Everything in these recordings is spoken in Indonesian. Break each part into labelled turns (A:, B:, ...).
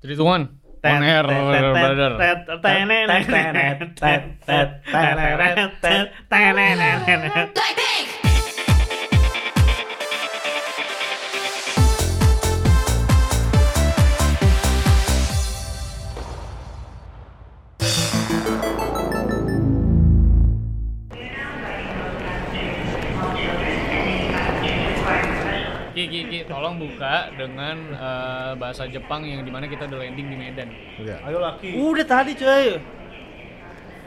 A: Three, two, one. On air, brother. Ki, ki, ki, tolong buka dengan eh, bahasa Jepang yang dimana kita udah landing di Medan.
B: Iya.
C: Ayo laki.
B: Udah tadi cuy.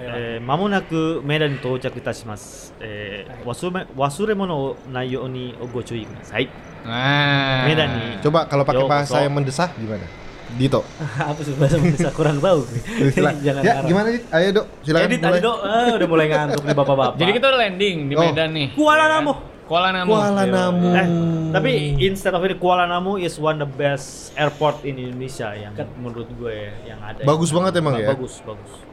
B: Eh, まもなくメダに到着いたします。えー忘れ忘れ物をないようにご注意ください。
A: Nah.
B: Medan nih.
A: Coba.
B: Coba.
C: Pak kalau pakai
B: Yo,
C: bahasa
B: kosong.
C: yang mendesah gimana? Dito.
D: Ah, apa sih bahasa Indonesia kurang tahu gue.
C: Silakan.
D: jangan
C: ya,
D: ngarang.
C: gimana Dit? Ayo, Dok. Silakan.
D: edit
C: mulai.
D: tadi dok Eh, udah mulai ngantuk nih bapak-bapak
A: Jadi kita udah landing di
C: Oh.
A: Medan nih.
D: Kuala Namu.
A: Kuala Namu.
C: Kuala Namu.
B: Eh, tapi instead of it Kuala Namu is one the best airport in Indonesia yang menurut gue yang ada.
C: Bagus banget emang ya?
B: Bagus, bagus.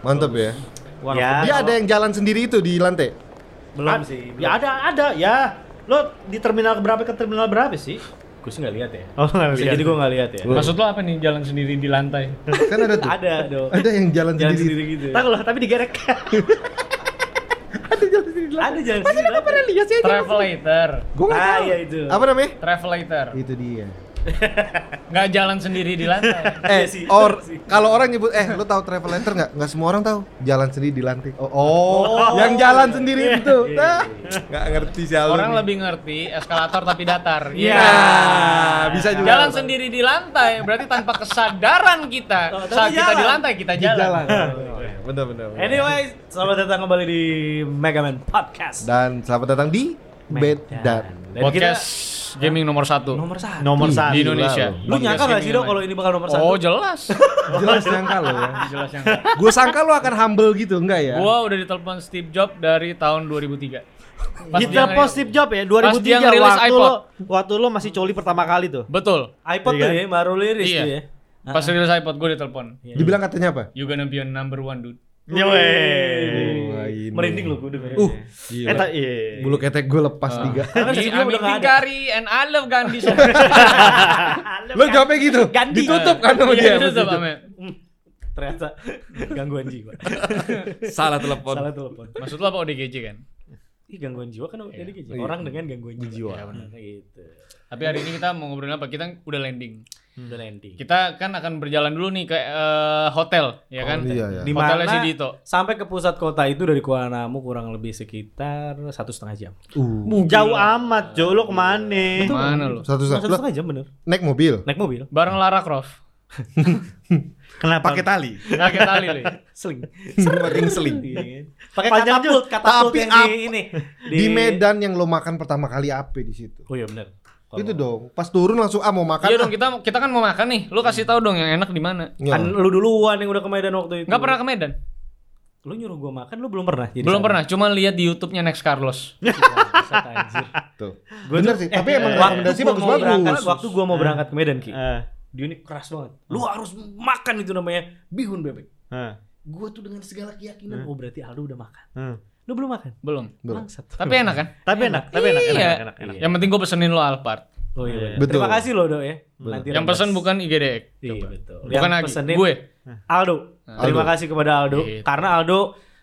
C: Mantap ya.
B: One of
D: Ya.
B: the
C: Dia
B: best.
C: ada yang jalan sendiri itu di lantai.
D: belum
B: Ad-
D: sih
B: Ya ada, ada ya. Lo di terminal berapa ke terminal berapa sih?
D: gue sih nggak lihat ya
B: Oh, nggak
D: Bisa
B: lihat.
D: jadi gue nggak lihat ya
A: Maksud lo apa nih jalan sendiri di lantai?
C: Kan ada tuh.
D: ada dong
C: Ada yang jalan,
D: jalan
C: sendiri.
D: sendiri gitu
B: Tak loh, tapi digerek.
D: ada jalan sendiri apa
B: Iya sih.
A: Travelator.
C: Gua nggak
D: ah
C: tahu.
D: ya itu
C: Apa namanya?
A: Travelator.
C: Itu dia.
A: Nggak jalan sendiri di lantai.
C: Eh,
D: sih,
C: or
D: iya sih.
C: kalau orang nyebut eh lu tahu travel letter nggak? Nggak semua orang tahu. Jalan sendiri di lantai. Oh, oh, yang jalan
D: Iya.
C: sendiri itu. Nah, Nggak ngerti sih Ah, Alun.
A: Orang lebih ngerti eskalator tapi datar. Iya.
C: Nah, bisa juga.
A: Jalan sendiri di lantai berarti tanpa kesadaran kita.
D: tapi
A: Saat kita di
D: jalan.
A: lantai kita
C: di
A: jalan.
C: jalan. Oh, iya. Bener bener. bener.
D: anyway selamat datang kembali di Megaman Podcast
C: Dan selamat datang di Medan.
D: Dan kita
A: Podcast gaming nomor satu
D: nomor satu
B: Nomor
C: Ih,
B: satu.
A: di Indonesia.
C: Gila
D: lu nyangka nggak sih dok kalau ini bakal nomor satu
A: Oh jelas,
C: Jelas sangka lo ya.
A: jelas yang
C: Gue sangka lo akan humble gitu, enggak ya?
A: Gua udah ditelepon Steve Jobs dari tahun 2003. Pas dia
B: Kita post
A: ngeri-
B: Steve Jobs ya
A: Pas
B: 2003
A: dia ngerilis
B: waktu
A: iPod.
B: lo waktu lo masih coli pertama kali tuh.
A: Betul.
D: iPod
B: Iya
D: tuh
B: kan?
D: ya baru liris
A: Iya.
D: tuh ya
A: Pas rilis iPod gue ditelepon.
D: Iya.
C: Dibilang katanya apa?
A: You gonna be a number one dude.
B: Ya
C: Iya, Wah, ini.
D: merinding lu gue dengerin
C: Uh,
B: Eh,
C: gila.
B: ta- iya.
C: Bulu ketek gue lepas
D: Ah.
C: tiga.
D: Karena
A: Di-
D: sebelum
A: I'm
D: udah nggak
A: eating
D: ada.
A: curry and I love Gandhi.
C: Lo jawabnya gitu.
D: Gandhi.
C: Ditutup kan sama
A: Iya,
C: dia.
A: itu
C: abis itu.
A: sama.
D: ternyata gangguan jiwa
E: Salah telepon.
D: salah telepon
A: Maksud lo apa ODGJ kan?
D: Ih gangguan jiwa kan jadi kayak
C: Iya.
D: orang dengan gangguan jiwa.
C: Iya,
D: benar. Gitu.
A: Tapi hari ini kita mau ngobrolin apa? Kita udah landing.
D: Udah landing.
A: Kita kan akan berjalan dulu nih ke eh, hotel, ya kan?
C: iya, iya.
D: Oh, Di
A: Hotelnya si
D: mana
A: Dito.
D: sampai ke pusat kota itu dari Kuala Namu kurang lebih sekitar satu setengah jam.
C: Uh,
B: Jauh amat, Jo. Lo kemana?
A: Mana lo?
C: satu satu.
D: Satu
C: Lo
D: setengah jam bener.
C: naik mobil.
D: Naik mobil,
A: Bareng Lara Croft.
B: Kenapa?
C: Pakai tali.
A: Kaget tali lo. ya.
D: seling.
C: Pakai seling.
D: Iya, Pakai
B: Panjang
D: katapult,
B: juga.
D: katapult
C: Tapi
D: yang di
C: apa-
D: ini
C: Di Medan yang lo makan pertama kali apa di situ?
D: Oh iya bener. Kalau-
C: Itu dong. Pas turun langsung ah mau makan.
A: Iya
C: ah.
A: dong, kita kita kan mau makan nih. Lu kasih tahu dong yang enak di mana.
C: Iya.
D: Kan lu duluan yang udah ke Medan waktu itu.
A: Enggak pernah ke Medan.
D: Lu nyuruh gua makan, lu belum pernah. jadi
A: Belum
D: sadar.
A: pernah, cuma lihat di YouTube-nya Next Carlos.
D: Bangsat, anjir.
C: Tuh. Bener sih, tapi emang
D: Waktu
C: rekomendasi
D: eh, gua mau berangkat,
C: bagus-bagus.
D: Waktu gua mau berangkat ke Medan ki,
B: Eh,
D: dia ini keras banget. Lu
C: Hmm.
D: harus makan itu namanya bihun bebek.
B: eh,
D: Gue tuh dengan segala keyakinan, oh berarti Aldo udah makan.
B: eh.
D: Lu belum makan?
A: Belum.
C: Hmm. Belum.
D: Bangsat.
A: Tapi enak kan?
B: Tapi enak, tapi enak, enak,
A: Iya.
B: enak, enak, enak.
A: Yang penting gue pesenin lo Alphard.
D: Oh iya.
C: Betul.
D: Betul. Terima kasih lo Dok ya. Nanti
C: Iya,
A: Yang
D: rembes.
A: pesan bukan IGDX.
D: Iya, betul.
A: Bukan
D: Yang
A: lagi.
D: pesenin
A: Gue.
D: Nah. Aldo. Terima
C: Aldo.
D: kasih kepada Aldo
A: Gitu.
D: karena Aldo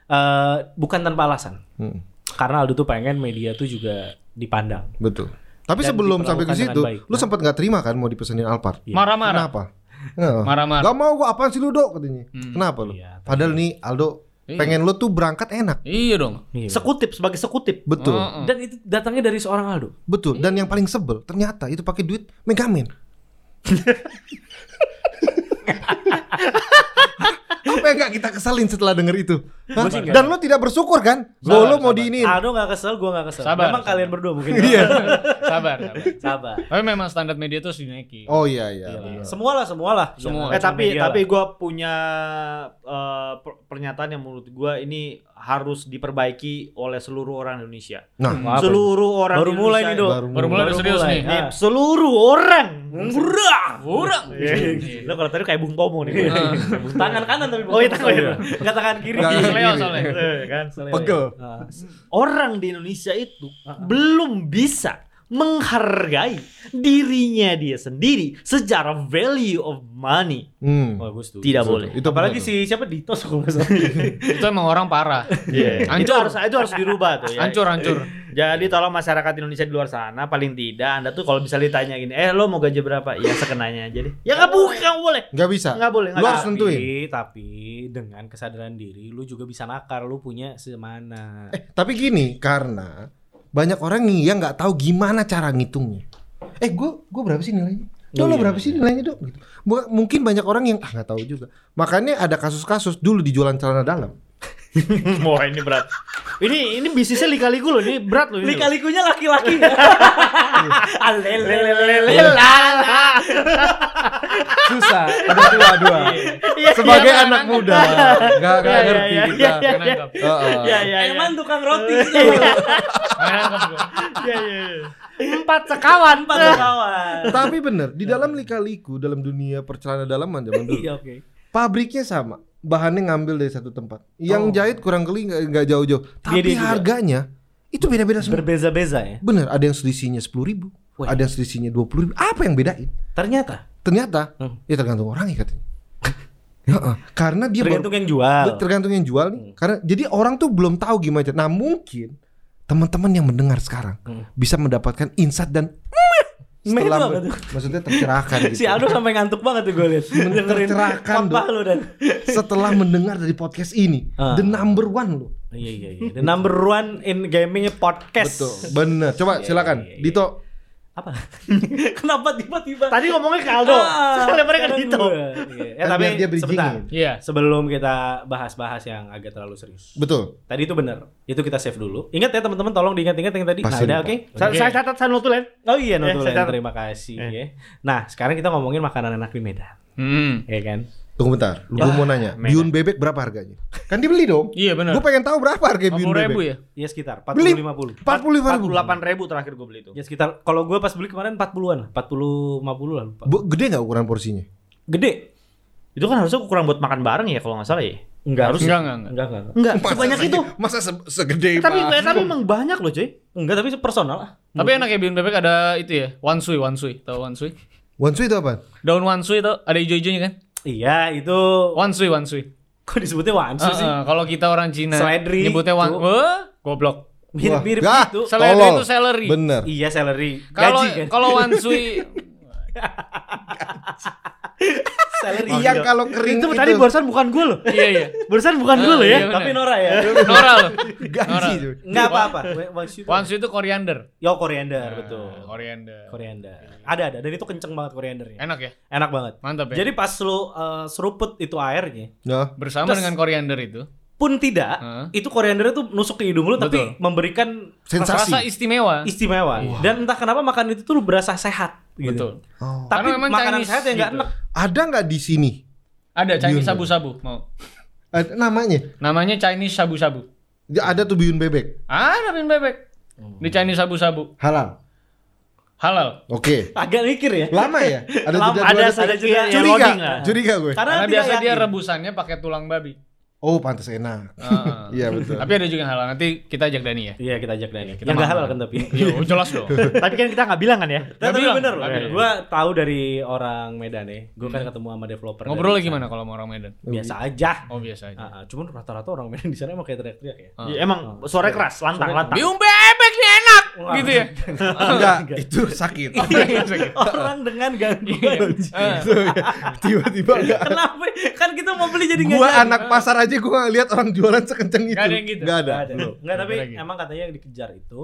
D: eh, bukan tanpa alasan.
C: Hmm,
D: Karena Aldo tuh pengen media tuh juga dipandang.
C: Betul. Tapi
D: Dan
C: sebelum sampai ke
D: diperlakukan
C: situ,
D: dengan baik. Iya.
C: lu sempat nggak terima kan mau dipesenin Alphard?
A: Marah-marah.
C: Kenapa? Nggak.
A: Marah-marah.
C: Gak mau gua apaan sih lu, Dok katanya. Kenapa lu?
D: Iya, tapi-
C: Padahal nih Aldo
A: Iya.
C: pengen lu tuh berangkat enak.
A: Iya dong. Oh,
D: Iya. Hmm.
B: Sekutip sebagai sekutip.
C: Betul.
A: Heeh.
D: Dan itu datangnya dari seorang Aldo.
C: Betul. Dan yang paling sebel ternyata itu pakai duit Megamin. Apa yang gak kita keselin setelah denger itu? Hah?
D: Gua sih nggak.
C: Dan lu tidak bersyukur kan? Bahwa lu mau diinin.
D: Aldo gak kesel, gue gak kesel.
A: Sabar,
D: Memang
A: sabar.
D: kalian berdua mungkin.
A: sabar, sabar.
D: Sabar.
A: Tapi memang standar media tuh harus dinaikin.
C: Oh iya iya. benar.
D: Semua lah, semua lah.
A: Semua.
B: Eh tapi tapi gue punya eh, per- pernyataan yang menurut gue ini harus diperbaiki oleh seluruh orang Indonesia.
C: Nah,
B: seluruh orang
D: baru mulai nih
B: Indonesia.
D: dok. Iya.
C: Baru
A: Baru mulai udah serius nih.
B: Nih, seluruh orang. Iya.
D: Murah.
A: Kurang.
B: Lo kalau tadi kayak Bung Tomo nih.
D: Iya. Tangan kanan tapi
B: Ah. Oh, iya, tangan kanan.
D: Enggak tangan kiri.
C: Nggak, nggak.
A: Leo soalnya.
B: Eh, kan.
D: Soalnya-
C: Pegel.
D: Ah.
B: Orang di Indonesia itu belum bisa menghargai dirinya dia sendiri secara value of money
C: Hmm.
D: Oh, gue setuju.
B: tidak boleh.
C: Itu
D: Apalagi si siapa Dito kalau nggak salah.
A: itu emang orang parah
B: Iya. Itu
A: Hancur.
B: harus itu harus dirubah tuh ya.
A: hancur hancur
B: Jadi tolong masyarakat Indonesia di luar sana paling tidak Anda tuh kalau bisa ditanya gini, "Eh, lo mau gaji berapa?" Ya sekenanya aja deh. Ya nggak boleh, nggak boleh.
C: Nggak bisa.
B: Nggak boleh, nggak
C: Lu harus
B: boleh.
C: nentuin.
D: Tapi, tapi dengan kesadaran diri lu juga bisa nakar lu punya semana.
C: Eh, tapi gini, karena banyak orang nih yang nggak tahu gimana cara ngitungnya. Eh, gua gua berapa sih nilainya? Dok,
D: Oh,
C: lo
D: iya,
C: berapa sih nilainya, Dok? Gitu. Bu- Mungkin banyak orang yang ah nggak tahu juga. Makanya ada kasus-kasus dulu di jualan celana dalam.
B: Wah, ini berat. Ini ini bisnisnya lika-liku loh, ini berat loh ini. loh.
D: Lika-likunya laki-laki.
A: Iya,
C: Susah, ada dua-dua. Sebagai
A: iya,
C: anak
A: iya,
C: muda, nggak nggak
B: Iya, iya,
C: ngerti
B: iya,
C: kita.
B: iya,
A: Gak nangkep.
C: Heeh.
A: iya,
B: Ya, ya, ya.
D: Emang tukang roti.
A: Gak nangkep gua.
B: Ya, ya, ya. Empat sekawan, empat
D: Kawan.
C: Tapi bener, di dalam lika-liku, dalam dunia percelana dalaman zaman dulu,
D: Iya oke.
C: pabriknya sama. Bahannya ngambil dari satu tempat. Yang jahit kurang keli nggak nggak jauh-jauh. Tapi
D: Dia-dia Oh. juga.
C: harganya itu beda-beda semua.
D: Berbeza-beza ya.
C: Bener, ada yang selisihnya sepuluh ribu,
D: Wah.
C: ada yang selisihnya dua ribu. Apa yang bedain?
D: Ternyata
C: Ternyata
D: Hmm.
C: ya tergantung orangnya katanya. Heeh, karena dia baru-
D: tergantung Hmm. yang jual.
C: tergantung yang jual nih. Karena jadi orang tuh belum tahu gimana. cara. Nah mungkin teman-teman yang mendengar sekarang bisa mendapatkan insight dan
D: Hmm. Meh itu apa tuh?
C: maksudnya tercerahkan gitu.
D: Si Anu. Aldo sampai ngantuk banget tuh gue liat Dengerin
C: Tercerahkan,
D: khotbah
C: Dok.
D: lu dan
C: Setelah mendengar dari podcast ini,
D: Ah.
C: the number one loh.
D: Iya iya iya The number one in gaming podcast
C: Betul. Bener. Coba silakan, Dito.
D: Apa? Kenapa tiba-tiba Ah,
B: Tadi ngomongnya ke Aldo,
A: Ah,
B: soalnya mereka
A: kan
D: sekarang
B: Dito.
D: gua. Iya. Eh
C: Kan
D: tapi
C: biar dia bridging-in.
D: sebentar
A: iya
D: Sebelum kita bahas-bahas yang agak terlalu serius
C: Betul.
D: Tadi itu benar Itu kita save dulu Ingat ya teman-teman tolong diingat-ingat yang tadi
C: Pasti
D: Nah udah
C: lupa.
D: oke
B: Sa- Saya catat saya notulen.
D: Oh
B: Eh,
D: iya Notulen
B: sekarang-
D: terima kasih ya. Nah sekarang kita ngomongin makanan enak di Medan
A: hmm.
D: Iya kan
C: Tunggu bentar. Lu gua mau nanya,
D: ya.
C: bihun bebek berapa harganya? Kan dibeli dong.
A: Iya, bener.
C: Gue pengen tahu berapa harga
A: 50
C: bihun bebek.
A: ribu ya
D: Iya sekitar
C: Beli
D: 40-50
C: 45 ribu.
B: 48 ribu terakhir gue beli itu.
D: Ya sekitar kalau gue pas beli kemarin 40-an, 40 50 lah lupa.
C: Bu, gede nggak ukuran porsinya?
D: Gede.
B: Itu kan harusnya ukuran buat makan bareng ya kalau nggak salah ya.
D: Enggak harus.
A: enggak enggak enggak
B: Enggak,
D: Enggak, enggak.
C: Masa
B: sebanyak
C: se-
B: itu.
C: Masa se- segede
B: Tapi
C: Pak?
B: eh, tapi emang banyak loh, cuy.
D: Enggak tapi personal lah.
A: tapi enak ya bihun bebek ada itu ya wansui wansui tau wansui
C: Wansui itu apa?
A: daun wansui tau ada hijau-hijaunya kan
D: Iya, itu
A: wansui wansui
D: kok disebutnya wansu
A: Eh,
D: sih?
A: eh, kalau kita orang Cina
D: Seledri,
A: nyebutnya wan
D: cu.
A: Wah, goblok
D: Mirip-mirip
C: Wah,
D: gitu.
C: ah,
A: Seledri
C: tolol.
A: itu celery.
C: Bener.
D: Iya, salary.
A: kalau
D: Gaji kan.
A: kalau wansui
D: salary.
C: Iya kalau kering
B: itu, tadi barusan bukan gue loh.
A: iya iya
B: Barusan bukan gue
A: Eh,
B: loh ya.
A: iya.
D: Tapi Nora ya.
A: Nora loh
C: gaji.
A: Nora.
C: cuy.
D: Enggak apa-apa. Wansu. itu-
A: wansui itu koriander
D: Yo koriander, betul.
A: Eh, koriander
D: Koriander. Ada ada dan itu kenceng banget koriandernya.
A: enak ya
D: Enak banget.
A: mantap ya
D: Jadi pas lu eh, seruput itu airnya
C: Nah,
A: bersama
D: Terus-
A: dengan koriander itu
D: pun tidak,
A: Heeh.
D: itu koriandernya tuh nusuk ke hidung lu tapi
A: Betul.
D: memberikan
C: sensasi.
A: rasa istimewa
D: istimewa dan entah kenapa makan itu tuh berasa sehat
A: betul
D: gitu.
C: Oh.
A: Karena
D: Tapi
A: memang
D: makanan
A: Chinese
D: sehat yang nggak
A: gitu.
D: enak.
C: Ada nggak di sini
A: ada Chinese
C: Bihun
A: sabu-sabu mau
C: Ada namanya?
A: namanya Chinese sabu-sabu
C: Dia Ada tuh bihun bebek
A: ada bihun bebek
D: Oh.
A: di Chinese sabu-sabu
C: halal.
A: halal
C: Oke.
D: Agak mikir ya.
C: Lama ya? Ada
D: Lama,
C: jeda
D: ada-
C: detik? Iya.
D: ada jeda ya,
C: Curiga,
B: loading lah.
C: curiga
D: Karena,
C: gue.
A: karena
D: tidak
A: biasa dia
D: yakin.
A: rebusannya pakai tulang babi
C: Oh, pantas enak.
A: Ah.
C: Iya betul.
A: Tapi ada juga yang halal. Nanti kita ajak Dani ya.
D: Iya kita ajak Dani.
A: kita
D: yang nggak
A: makan.
D: halal kan tapi.
C: Iya.
A: Yo, jelas dong.
B: tapi kan kita nggak bilang kan ya.
D: Nah,
A: bilang,
D: tapi
A: Iya,
D: bener loh.
A: nggak bilang.
D: Gue tahu dari orang Medan ya. Gue kan ketemu sama developer.
A: Hmm. Ngobrol
D: dari
A: lagi
D: sana.
A: gimana kalau mau orang Medan?
D: Biasa aja.
A: Oh biasa aja.
D: Ah, ah. cuman rata-rata orang Medan di sana emang kayak teriak-teriak ya.
A: Ah,
B: Ya, emang suara keras, lantang, lantang.
A: Biung bebek nih enak gitu ya.
C: Enggak, itu sakit.
A: Iya.
C: gitu.
D: orang dengan gangguan.
A: Eh.
C: Tiba-tiba enggak.
D: Kenapa? Kan kita mau beli jadi nggak
C: Gua
D: jadi.
C: anak pasar aja gua nggak lihat orang jualan sekenceng itu.
A: Nggak ada yang gitu.
C: Nggak ada.
D: Nggak ada.
C: Belum.
D: Nggak, tapi
A: Lagi.
D: emang katanya yang dikejar itu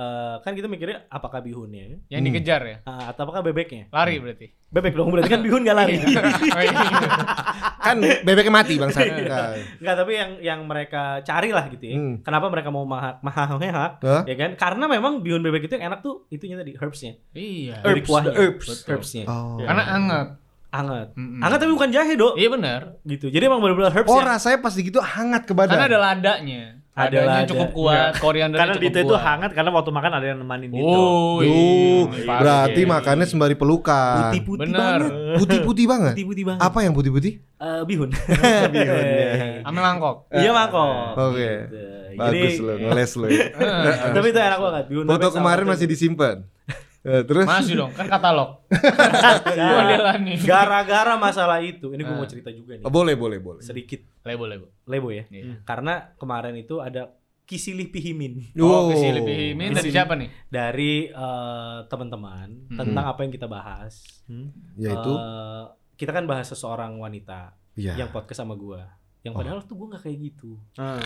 D: eh, kan kita mikirnya apakah bihunnya
A: Yang dikejar ya.
D: ah, atau apakah bebeknya?
A: Lari
C: Iya.
A: berarti.
D: Bebek dong berarti kan bihun gak lari.
A: Oh, iya.
C: Kan bebeknya mati bang Sat. Nah.
D: Enggak, tapi yang yang mereka cari lah gitu ya.
C: Hmm.
D: Kenapa mereka mau mahal mahal
C: Hah?
D: ya kan? Karena memang bihun bebek itu yang enak tuh itunya tadi herbsnya.
A: Iya.
D: Dari kuahnya.
A: Herbs. Betul.
D: Herbsnya.
C: Oh.
A: Iya. Karena hangat.
D: Anget.
A: Mm-mm.
D: Anget tapi bukan jahe, Dok.
A: Iya benar.
D: Gitu. Jadi emang benar-benar herbs
C: Oh rasanya pas gitu hangat ke badan.
A: Karena ada ladanya. Adanya
D: Adalah
A: cukup
D: ada-
A: kuat, koriander
B: Karena
A: cukup
B: Dito itu
A: kuat.
B: hangat gitu. karena waktu makan ada yang nemanin Dito.
A: Wuih,
C: Iya, Duh,
A: pasti.
C: berarti makannya sembari pelukan.
D: Putih-putih
A: Bener.
D: banget.
C: Putih-putih banget.
D: Putih-putih banget.
C: Apa yang putih-putih?
D: Eh, bihun.
C: Bihun, ya.
A: Amel angkok.
D: Iya, Mako.
A: Oh,
C: Oke.
A: iya.
C: Bagus lo, ngeles lo.
D: Tapi itu enak banget. Bihun
C: Foto
D: bebek sama
C: kemarin
D: itu.
C: masih disimpan. Eh, Terus
A: Masih dong, kan katalog.
C: Iya.
D: Nah,
A: Modelan nih.
D: Gara-gara masalah itu, ini gue mau cerita juga nih.
C: Oh, boleh, boleh, boleh.
D: Sedikit
A: Label label.
D: lebo ya.
C: Hmm.
A: Iya.
D: Karena kemarin itu ada Kisilih Pihimin
A: Oh,
C: Wow.
A: kesi lebih min dari siapa nih?
D: dari eh, teman-teman
A: Hmm.
D: tentang apa yang kita bahas.
C: Hmm. Yaitu
D: Eh, kita kan bahas seseorang wanita
C: Iya.
D: Eh, yang podcast sama gua.
C: Oh.
D: Yang padahal tuh gua nggak kayak gitu.
B: Ah.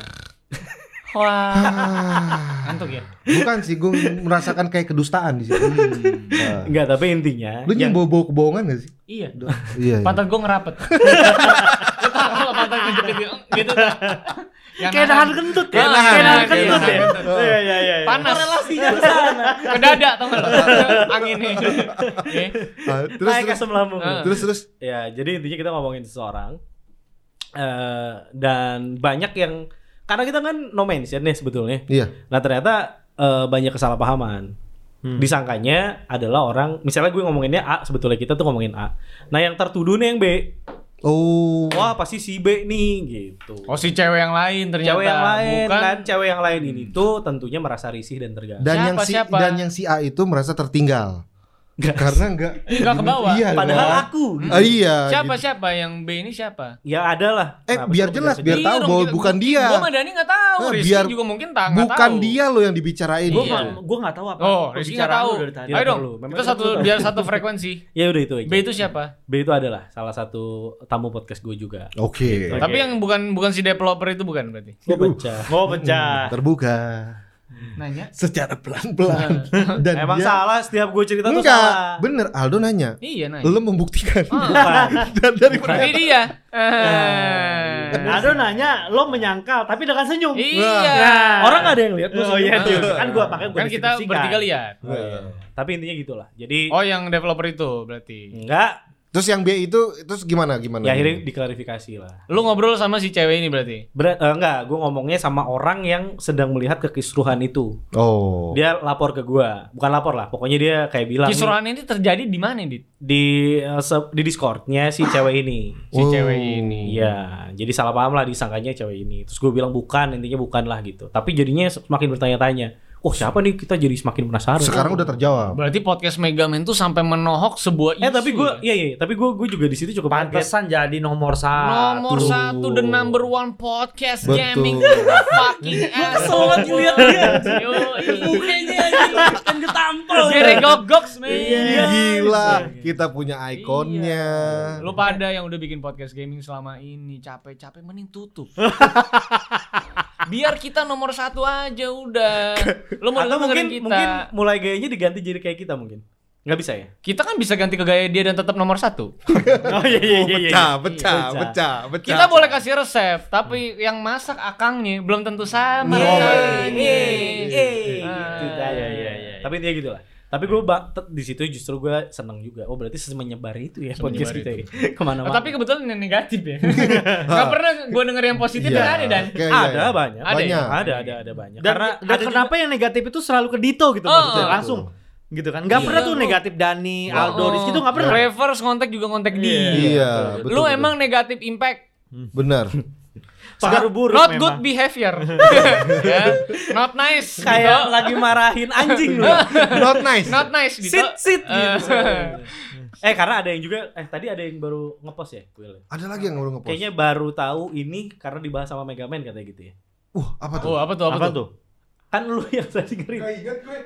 A: Wah,
C: Ah,
A: ngantuk ya.
C: bukan sih, gue merasakan kayak kedustaan di sini. Ah.
D: Enggak, tapi intinya
C: Lu
D: Iya. yang-
C: nyium bau kebohongan gak sih?
A: Iya.
C: Iya. iya.
A: Pantat gue ngerapet. Lu tau kalau pantat gue jepit gitu, gitu. tak? Yang
B: Kayak
A: nahan.
B: nahan kentut ya.
A: Ah,
B: Kayak
A: iya,
B: nahan
A: iya,
B: kentut
A: iya,
B: ya.
A: nahan
B: Iya iya iya. iya.
A: Panas. Relasinya ke sana. Ke dada tau gak lo? Anginnya. Oke.
C: Ah, terus,
D: naik
C: terus,
D: asam lambung.
A: Ah.
C: terus, terus.
D: Ya, jadi intinya kita ngomongin seseorang eh, dan banyak yang karena kita kan no mention nih sebetulnya.
C: Iya.
D: Nah ternyata eh, banyak kesalahpahaman.
A: Hmm.
D: Disangkanya adalah orang, misalnya gue ngomonginnya A, sebetulnya kita tuh ngomongin A. Nah yang tertuduh nih yang B,
C: Oh.
D: wah pasti si B nih gitu.
A: Oh si cewek yang lain ternyata.
D: cewek yang lain
A: Bukan. Hmm.
D: kan, cewek yang lain ini tuh tentunya merasa risih dan terganggu.
C: Dan
A: Siapa,
C: yang si
A: siapa?
C: dan yang si A itu merasa tertinggal.
D: Nggak.
C: Karena enggak
A: Nggak ke bawah.
C: Iya.
D: Padahal
C: dong.
D: aku,
C: Ah, iya.
A: Siapa
C: gitu.
A: siapa yang B ini siapa?
D: ya ada lah.
C: Eh,
D: Kenapa
C: biar
D: sih lo
C: jelas,
D: bisa
C: biar
D: jadi-
C: tahu bahwa bukan dia.
A: Gue sama Dani nggak tahu.
C: Ah,
A: Rizky
C: biar-
A: juga mungkin tak nggak
C: Bukan
A: tahu.
C: dia lo yang dibicarain.
B: Gua
A: Iya.
B: nggak gua nggak tahu apa.
A: Oh, Rizky nggak
B: perbicaraan
A: tahu. Iya.
B: lu dari tadi.
A: Ayo
D: Tidak
A: dong,
D: perlu. Memang
A: kita
D: kita
A: satu
D: perlu tahu.
A: biar satu frekuensi.
D: Ya udah itu aja.
A: B itu siapa?
D: B itu adalah salah satu tamu podcast gue juga.
B: Oke.
C: Oke.
A: Tapi yang bukan bukan si developer itu bukan berarti.
D: Gue baca.
B: Mau pecah.
C: Hmm, Terbuka
A: Nanya.
C: secara pelan-pelan.
A: Nah,
C: dan
D: Emang
C: dia-
D: salah setiap gue cerita tuh
C: Enggak,
D: salah.
C: bener Aldo nanya.
A: Iya nanya.
C: Lo membuktikan.
A: Ah.
C: dan dari
A: Ini
D: ya?
A: dia.
D: Oh,
A: Eh.
D: iya.
B: Ado Nah, nanya, lo menyangkal tapi dengan senyum. Nah.
A: Iya.
D: Orang nggak ada yang lihat gue
B: Oh iya, dude. kan gua pakai gua
A: Kan kita
B: deskripsikan.
A: bertiga lihat.
D: Iya. Tapi intinya gitulah. Jadi
A: Oh yang developer itu berarti.
D: Iya. enggak
C: Terus yang B itu terus gimana
D: ya
C: gimana?
D: akhirnya diklarifikasi lah.
A: Lu ngobrol sama si cewek ini berarti.
D: Ber- eh, enggak, gue ngomongnya sama orang yang sedang melihat kekisruhan itu.
C: Oh.
D: Dia lapor ke gua. Bukan lapor lah, pokoknya dia kayak bilang
A: Kisuran ini terjadi di mana, Dit?
D: di eh, se- di Discordnya si cewek ini.
A: Si
C: Oh.
A: cewek ini.
D: Iya, jadi salah paham lah disangkanya cewek ini. Terus gue bilang bukan, intinya bukan lah gitu. Tapi jadinya semakin bertanya-tanya. Oh siapa nih kita jadi semakin penasaran.
C: Sekarang udah terjawab.
A: Berarti podcast Megaman tuh sampai menohok sebuah isu.
D: Eh tapi gue,
A: ya?
D: iya iya, tapi gue gue juga di situ cukup kaget.
B: Pantesan jadi nomor satu.
A: nomor satu the number one podcast
C: Betul.
A: gaming fucking asshole.
D: banget ngeliat dia.
A: Yo, mukanya kan ketampol. Jere gogoks men.
D: Iya,
A: Iya.
C: Gila, kita punya ikonnya.
A: Lu pada yang udah bikin podcast gaming selama ini capek-capek mending tutup. Biar kita nomor satu aja udah. Lu mau
D: Atau
A: dengerin
D: mungkin
A: kita.
D: mungkin mulai gayanya diganti jadi kayak kita mungkin. Nggak bisa ya?
A: Kita kan bisa ganti ke gaya dia dan tetap nomor satu.
B: Oh iya iya iya. iya.
C: Pecah, pecah,
D: Pecah.
C: pecah, pecah.
A: Kita boleh kasih resep, tapi yang masak akangnya belum tentu sama. Iya.
D: Gitu, dah.
B: Iya, iya, iya.
D: Tapi intinya gitu lah. Tapi gue di situ justru gue seneng juga. Oh berarti semenyebar itu ya podcast
A: Semenyebar
D: kita ya. Kemana-mana.
A: Oh,
B: Ah,
A: tapi kebetulan yang negatif ya. Gak pernah gue denger yang positif
C: Iya,
A: kan ada dan.
C: kayak-
D: ada
C: iya.
D: banyak.
A: Ada ya?
D: Ada, ada, ada, ada banyak.
B: Dan,
D: Karena
B: dan
D: ada
B: kenapa yang negatif itu selalu ke Dito gitu
A: Oh,
B: maksudnya
A: oh.
B: langsung gitu kan nggak
A: Iya. Oh.
B: pernah tuh negatif Dani Aldo Rizky tuh nggak pernah
A: Reverse kontak juga kontak dia.
C: Iya, betul.
A: Lu
C: betul.
A: emang negatif impact.
C: benar.
B: pengaruh buruk
A: Not good
B: memang.
A: behavior. ya. Not nice. gitu.
D: kayak lagi marahin anjing lu.
C: Not nice.
A: Not nice gitu.
D: sit sit
A: Eh.
D: gitu.
B: Ah.
D: eh karena ada yang juga eh tadi ada yang baru ngepost ya kuilnya.
C: Ada lagi yang baru ngepost.
D: Kayaknya baru tahu ini karena dibahas sama Megaman katanya gitu ya.
C: uh, apa tuh?
A: Oh, apa tuh? Apa,
B: apa
A: tuh?
B: tuh
D: Kan lu yang tadi ngeri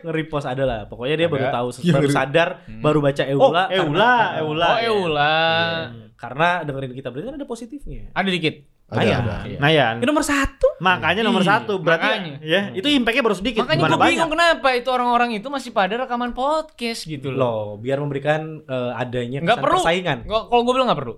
D: nge-repost ada lah. Pokoknya dia baru
A: Ada.
D: tahu,
C: Iya,
D: baru
C: ngeri.
D: sadar, baru baca
B: oh
D: Eula. karena-
B: Eula Eula
A: Oh,
B: ya.
A: Eula.
D: Iya. Karena dengerin kita berarti kan ada positifnya.
A: Ada dikit.
C: Ada,
D: Ayah.
C: ada.
A: Iya.
B: nah ya
D: Ini nomor satu.
B: makanya nomor
A: Iya,
B: satu berarti
A: makanya.
B: ya itu impactnya baru sedikit
A: Makanya
B: gimana
A: gue bingung
B: banyak
A: kenapa itu orang-orang itu masih pada rekaman podcast gitu loh.
D: Loh, biar memberikan eh, adanya
A: Nggak
D: kesan
A: perlu.
D: persaingan.
A: Nggak- Kalau gue bilang nggak perlu.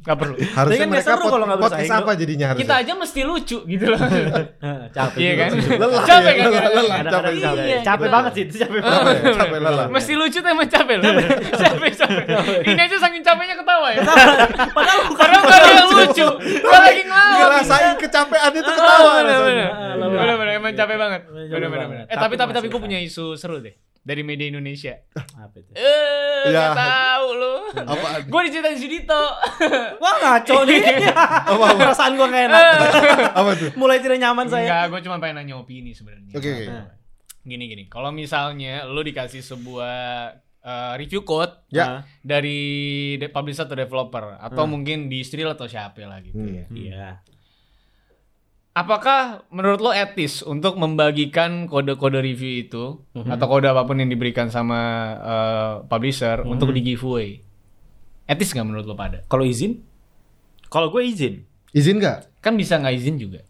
A: Nggak perlu.
C: Harusnya
D: Tapi kan
C: mereka
D: nggak seru
C: pot,
D: kalau nggak
C: podcast
D: bersaing,
C: apa jadinya harusnya?
A: Kita aja mesti lucu gitu loh.
D: Heeh, Capek
A: Iya
D: juga
A: kan?
D: sih.
C: Lelah
A: Capek
C: ya,
A: kan?
C: lelah, lelah,
D: Kadang-kadang
C: capek.
D: capek. gitu.
A: Iya.
B: capek
A: Kita-
B: banget sih itu capek banget
C: Capek, capek lelah.
A: Mesti lucu tuh emang capek loh. Capek, capek. Ini aja saking capeknya ketawa ya. ya. Padahal bukan yang lucu. Gua lagi ngelawak.
C: Iya, Ngerasain kecapean itu ketawa rasanya.
A: Ah, Bener bener emang capek banget.
D: Bener,
A: Bener bener.
D: banget.
A: Eh tapi
D: Tapi
A: tapi tapi
D: masih
A: gue
D: fun.
A: punya isu seru deh dari media Indonesia.
D: Apa itu?
A: Eh,
C: Ya.
A: nggak tahu lu.
C: Apaan?
A: Gue diceritain si Dito.
D: Wah ngaco nih. Perasaan gua gak enak.
A: Eh.
C: Apa tuh?
D: Mulai tidak nyaman saya.
A: Enggak, gue cuma pengen nanya opini sebenarnya.
C: Oke oke.
B: Nah.
A: Gini gini, kalau misalnya lu dikasih sebuah eh, review code
C: Ya.
A: dari de- publisher atau developer atau mungkin distri atau siapa lah gitu
C: Hmm.
A: ya.
D: Iya.
A: Apakah menurut lo etis untuk membagikan kode-kode review itu atau kode apapun yang diberikan sama eh, publisher untuk di giveaway? Etis nggak menurut lo pada?
D: Kalau izin,
B: Kalau gue izin.
C: Izin nggak?
A: Kan bisa nggak izin juga.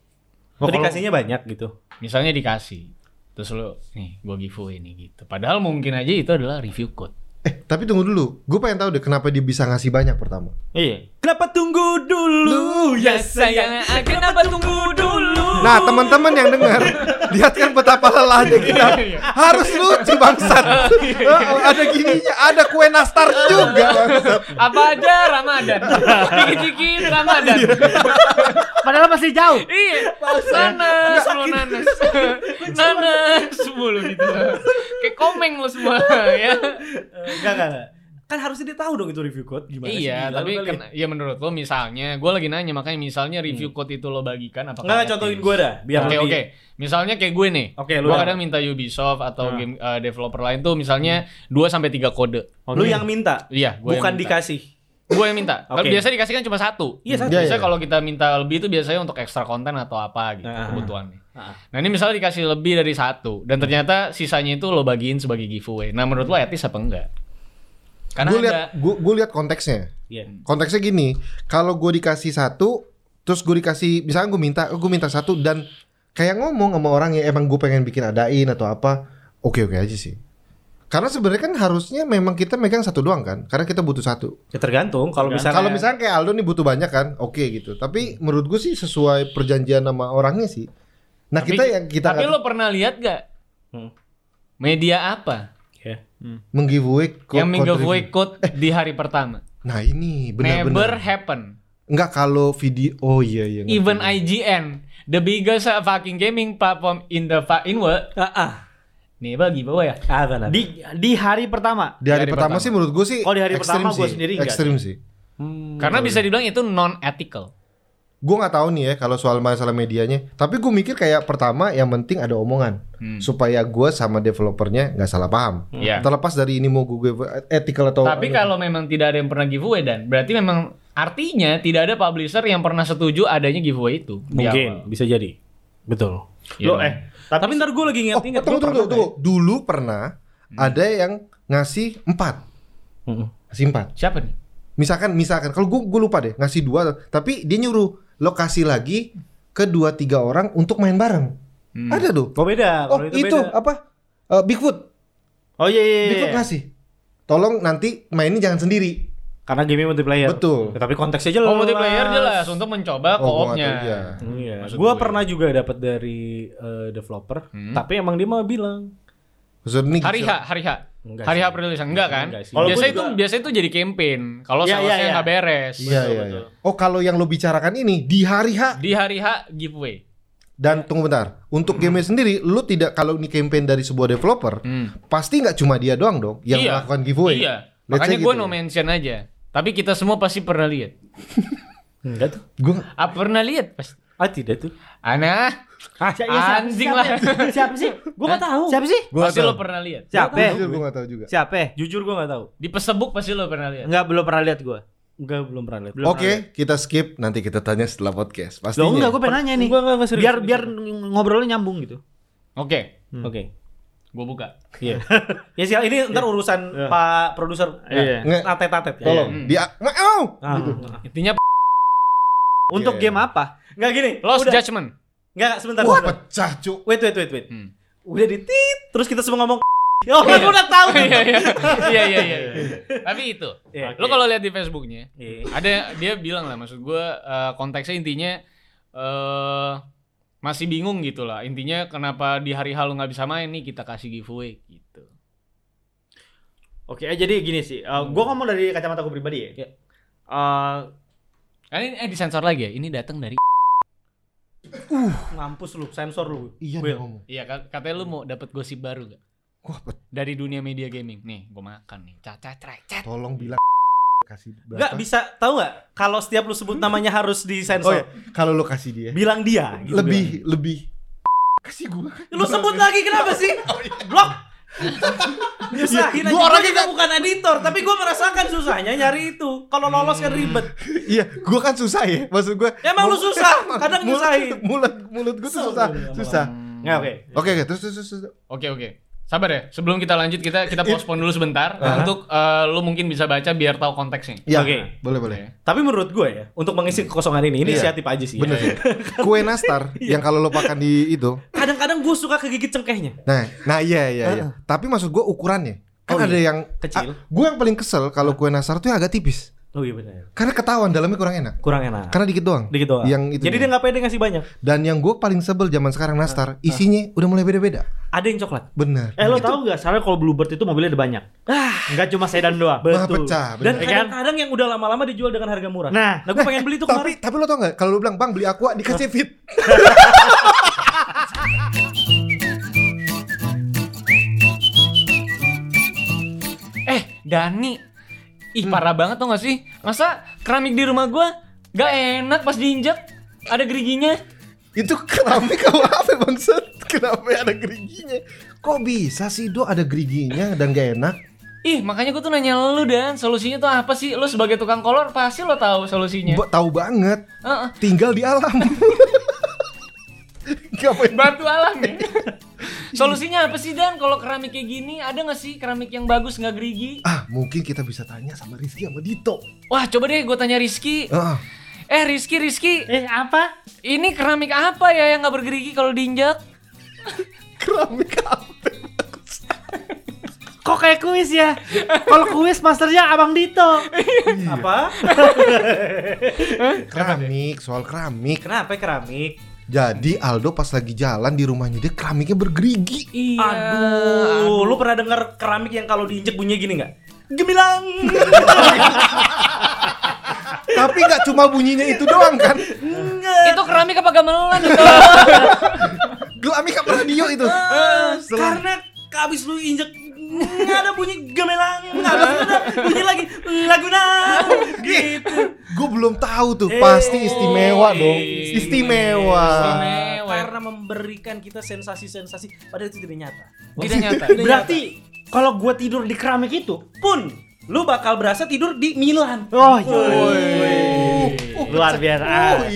B: Oh,
D: oh,
B: kalau-
D: dikasihnya banyak gitu.
A: Misalnya dikasih, terus lo nih gue giveaway nih gitu. Padahal mungkin aja itu adalah review code.
C: Eh tapi tunggu dulu. Gue pengen tahu deh kenapa dia bisa ngasih banyak pertama.
B: Iya.
D: Kenapa tunggu dulu ya sayang? Kenapa tunggu dulu?
C: Nah teman-teman yang dengar lihat kan betapa lelahnya kita harus lucu bangsat. Oh, ada gininya, ada kue nastar juga bangsat.
A: Apa aja Ramadan, dikit-dikit Ramadan.
D: Iya.
B: Padahal masih jauh.
A: Iya, nanas, lo nanas, nanas mulu gitu. Kayak komeng lo semua ya.
D: Enggak enggak. enggak. Kan harusnya dia tahu dong itu review code gimana sih,
A: Iya,
D: gila
A: tapi
D: lu kali.
A: kena- ya menurut lo misalnya, gue lagi nanya makanya misalnya review code itu lo bagikan apa?
D: Enggak, enggak Hmm. contohin gue dah biar
A: Oke
D: lebih-
A: oke, misalnya kayak gue nih,
D: Oke,
A: gue
D: lu yang-
A: kadang minta Ubisoft atau
D: Nah.
A: game eh, developer lain tuh misalnya 2 sampai tiga kode.
D: Lu yang minta.
A: Iya, gua yang
D: Hmm. Bukan
A: minta.
D: dikasih.
A: Gue yang minta. Kalau
D: Oke.
A: biasanya dikasih kan cuma satu.
D: Iya, satu.
C: Iya,
A: Biasanya
C: iya.
A: kalau kita minta lebih itu biasanya untuk ekstra konten atau apa gitu
D: Ah.
A: kebutuhannya.
D: Ah.
A: Nah ini misalnya dikasih lebih dari satu dan ternyata sisanya itu lo bagiin sebagai giveaway. Nah menurut lo etis apa enggak? Karena
C: Gue
A: ada-
C: lihat, gue gue lihat konteksnya.
D: Iya.
C: Konteksnya gini, kalau gue dikasih satu, terus gue dikasih, misalnya gue minta, gue minta satu dan kayak ngomong sama orang ya emang gue pengen bikin adain atau apa, oke oke aja sih. Karena sebenarnya kan harusnya memang kita megang satu doang kan, karena kita butuh satu.
D: Ya tergantung kalau misalnya
C: Kalau misalnya kayak Aldo nih butuh banyak kan, oke gitu. Tapi menurut gue sih sesuai perjanjian sama orangnya sih. Nah
A: tapi-
C: kita yang kita
A: Tapi
C: nggak-
A: lo pernah lihat gak?
D: Hmm.
A: Media apa?
D: Iya.
C: menggiveaway ko-
A: yang menggiveaway
C: kontribusi.
A: code di hari pertama.
C: Nah ini
A: Never
C: benar-benar
A: happen.
C: nggak kalau video. Oh iya iya. ngerti.
A: Even IGN, the biggest uh, fucking gaming platform in the fucking world,
D: Ah, ah.
A: never giveaway ya.
D: Ah, benar.
B: Di di hari pertama.
C: di hari,
A: Di hari
C: pertama,
A: pertama.
C: sih menurut gue sih.
B: Oh, di hari
C: ekstrim
B: pertama gue
C: sih.
B: sendiri nggak
C: Ekstrim sih.
D: Hmm,
A: Karena bisa dibilang itu non ethical.
C: Gue nggak tahu nih ya kalau soal masalah medianya. Tapi gue mikir kayak pertama yang penting ada omongan
A: Hmm.
C: supaya gue sama developernya nggak salah paham.
A: Iya.
C: Terlepas dari ini mau gue ethical atau.
A: Tapi kalau memang tidak ada yang pernah giveaway dan berarti memang artinya tidak ada publisher yang pernah setuju adanya giveaway itu. di
D: mungkin
A: awal.
D: bisa jadi. Betul.
A: Iya
B: Lo
A: dong.
B: eh.
D: Tapi ntar gue lagi
C: Oh,
D: ingat-ingat
C: tunggu,
D: gua
C: tunggu,
D: pernah Hmm.
C: tunggu. Dulu pernah ada yang ngasih empat,
D: kayak- Mm-mm.
C: ngasih empat.
A: Siapa nih?
C: Misalkan, misalkan kalau gue gue lupa deh ngasih dua, tapi dia nyuruh lokasi lagi ke dua tiga orang untuk main bareng. Ada tuh.
D: Oh beda.
C: Oh
D: Kalau
C: itu,
D: beda.
C: apa? Eh, Bigfoot,
B: Oh iya iya.
C: Bigfoot
B: iya.
C: ngasih. Tolong nanti mainnya jangan sendiri.
D: Karena game multiplayer.
C: Betul.
D: Ya, tapi konteksnya jelas.
A: Oh multiplayer jelas untuk mencoba
C: Oh, gua nggak
A: co-opnya.
C: tahu, iya.
D: Iya.
A: Maksud
D: Gue
A: gue.
D: pernah juga dapat dari eh, developer,
A: Hmm.
D: tapi emang dia mah bilang
C: Maksud nih,
A: Hari H, hari H.
D: Enggak
A: hari
D: sih.
A: H perilis enggak kan?
D: Enggak sih.
B: Kalau
A: biasanya
B: gua
A: itu
B: juga-
A: biasanya itu jadi campaign. Kalau
B: Iya,
A: salah
B: iya,
A: saya
B: iya.
A: nggak beres.
C: Iya iya. iya. Oh kalau yang lo bicarakan ini di hari H
A: Di hari H giveaway.
C: dan tunggu bentar. Untuk game sendiri, lu tidak kalau ini campaign dari sebuah developer,
D: Mm.
C: pasti nggak cuma dia doang dong yang
A: Iya.
C: melakukan giveaway.
A: Iya.
C: Let's
A: Makanya
C: say
A: gue
C: gitu
A: no
C: ya.
A: mention aja. Tapi kita semua pasti pernah lihat.
D: enggak tuh.
C: Gua
A: Ah pernah lihat pasti. nah.
D: Ah tidak tuh.
A: Ana,
B: Ah, iya, siapa-
A: Anjing
B: siapa-
A: lah.
B: Siapa sih?
D: Gue nggak tahu.
B: Siapa sih?
C: Gua
A: pasti
C: tahu.
A: lo pernah lihat.
B: Siapa?
D: Eh.
C: Jujur gue gak tahu juga.
B: Siapa?
D: Jujur gue nggak tahu.
A: Di pesebuk pasti lo pernah lihat.
B: Enggak belum pernah lihat gue.
D: Enggak belum pernah lihat.
C: Oke, kita skip nanti kita tanya setelah podcast. Pastinya.
B: Loh enggak gue pengen nanya nih.
D: Gua enggak- enggak serius, Hmm.
B: biar
D: serius,
B: biar ngobrolnya nyambung gitu.
A: Oke,
D: Oke.
A: gue buka.
D: Iya. Ya sih ini ntar urusan
B: Iya.
D: Pak produser.
B: Iya.
D: Nggak, Tatet-tatet ya.
C: Tolong.
A: Hmm.
C: Dia oh, Ma- au!
D: Ah.
A: Intinya
B: Untuk
C: Iya.
B: game apa?
D: Enggak gini.
A: lost
D: udah.
A: judgment.
D: Enggak sebentar.
C: Wah,
D: sebentar.
C: pecah, Cuk.
D: Wait wait wait wait.
A: Hmm.
D: Udah ditit terus kita semua ngomong Oh, iya. gue udah tahu.
A: Iya iya iya iya. iya. Tapi itu,
D: Iya.
A: lo kalau lihat di Facebooknya,
D: Iya.
A: ada dia bilang lah maksud gue eh, konteksnya intinya eh masih bingung gitu lah intinya kenapa di hari hal lu nggak bisa main nih kita kasih giveaway gitu
C: Hmm.
B: Oke, eh, jadi gini sih. Eh, gua ngomong dari kacamata gue pribadi ya.
D: Iya.
B: eh,
A: Ah, ini eh disensor lagi ya. Ini datang dari
D: Ngampus lu, sensor lu.
C: Iya dia
D: Will.
C: ngomong.
A: Iya, ka- katanya lu mau dapat gosip baru gak?
C: Wah, bet-
A: Dari dunia media gaming. Nih, gue makan nih. Cacat, cacat.
C: tolong bilang kasih
D: Nggak
C: berapa?
D: bisa, tahu nggak? Kalau setiap lu sebut namanya harus disensor.
C: Oh ya, kalau lo kasih dia
D: Bilang dia. gitu
C: lebih lebih kasih gua.
D: bilang. Lu sebut lagi kenapa sih? Blok. Nyusahin aja.
C: Oh, Iya, gua
D: Gua
C: orangnya
D: juga
C: nggak-
D: bukan editor, tapi gua merasakan susahnya nyari itu. Kalau lolos kan ribet.
C: iya, gua kan susah ya. Maksud gua.
D: Emang lu
C: mul-
D: susah, kadang
C: mulut-
D: nyusahin.
C: Mulut mulut gua tuh susah, Iya. susah.
D: Nggak Hmm. Ya, oke.
C: Oke, oke, terus terus terus. terus.
A: Oke, oke. Sabar ya. Sebelum kita lanjut, kita kita postpone dulu sebentar untuk eh, lu mungkin bisa baca biar tahu konteksnya.
C: Iya,
D: Oke.
C: boleh boleh.
D: Tapi menurut gue ya, untuk mengisi kekosongan ini, ini
C: Iya.
D: inisiatif aja sih. ya.
C: Bener sih. Kue nastar
D: Iya.
C: yang kalau lo makan di itu.
D: Kadang-kadang gue suka kegigit cengkehnya.
C: Nah, nah iya iya iya. Tapi maksud gua ukurannya.
D: Oh,
C: Kan ada
D: iya.
C: yang
D: Kecil.
C: Ah, gua yang paling kesel kalau kue nastar tuh yang agak tipis.
D: Oh iya benar.
C: Karena ketahuan dalamnya kurang enak.
D: Kurang enak.
C: Karena dikit doang.
D: Dikit doang.
C: Kan Yang itu.
D: Jadi dia nggak pede ngasih banyak.
C: Dan yang gue paling sebel zaman sekarang nastar, isinya udah mulai beda-beda.
D: Ada yang coklat.
C: Bener.
B: eh lo tahu nggak? Soalnya kalau Bluebird itu mobilnya ada banyak.
D: Ah,
B: Nggak cuma sedan doang.
C: Malah
D: betul.
C: pecah,
D: Dan
B: Ya
C: bener.
B: kan?
D: kadang-kadang yang udah lama-lama dijual dengan harga murah.
B: Nah.
D: nah gue pengen beli tuh
C: Tapi
D: kemarin.
C: tapi lo tau nggak? Kalau lo bilang bang beli aqua dikasih fit.
A: Eh, Dani. Ih, parah banget tau gak sih? Masa keramik di rumah gua gak enak pas diinjak? Ada geriginya?
C: Itu keramik apa apa bangsat? Kenapa ada geriginya? Kok bisa sih do ada geriginya dan gak enak?
A: Ih, makanya gua tuh nanya lu dan solusinya tuh apa sih? Lu sebagai tukang kolor pasti lo tahu solusinya.
C: Bo- Tahu banget.
A: Heeh.
C: Tinggal di alam. Ngapain?
A: Batu alam ya. Solusinya apa sih Dan kalau keramik kayak gini ada nggak sih keramik yang bagus nggak gerigi?
C: Ah mungkin kita bisa tanya sama Rizky sama Dito.
A: Wah coba deh gue tanya Rizky.
C: Ah,
A: Eh Rizky Rizky
B: Eh apa?
A: ini keramik apa ya yang nggak bergerigi kalau diinjak?
C: keramik apa?
B: Kok kayak kuis ya? Kalau kuis masternya Abang Dito.
D: Apa?
C: Keramik soal keramik.
D: Kenapa ya, keramik?
C: Jadi Aldo pas lagi jalan di rumahnya dia keramiknya bergerigi.
A: Iya.
D: Aduh, lu pernah denger keramik yang kalau diinjek bunyinya gini nggak? Gemilang.
C: Tapi nggak cuma bunyinya itu doang kan.
A: Itu keramik apa gamelan itu?
C: Keramik apa radio itu?
D: Ah,
C: Selang-
D: Karena abis lu injek nggak ada bunyi gemelang, nggak ada bunyi lagi laguna gitu.
C: Gue belum tahu tuh.
D: Eh,
C: Pasti
D: eh,
C: istimewa dong. Istimewa.
B: Eh,
A: Istimewa.
D: Karena memberikan kita sensasi-sensasi padahal itu tidak nyata.
A: Tidak nyata.
B: Berarti kalau gua tidur di keramik itu,
D: Pun lu bakal berasa tidur di Milan.
B: oh iya.
C: Oh,
B: luar biasa.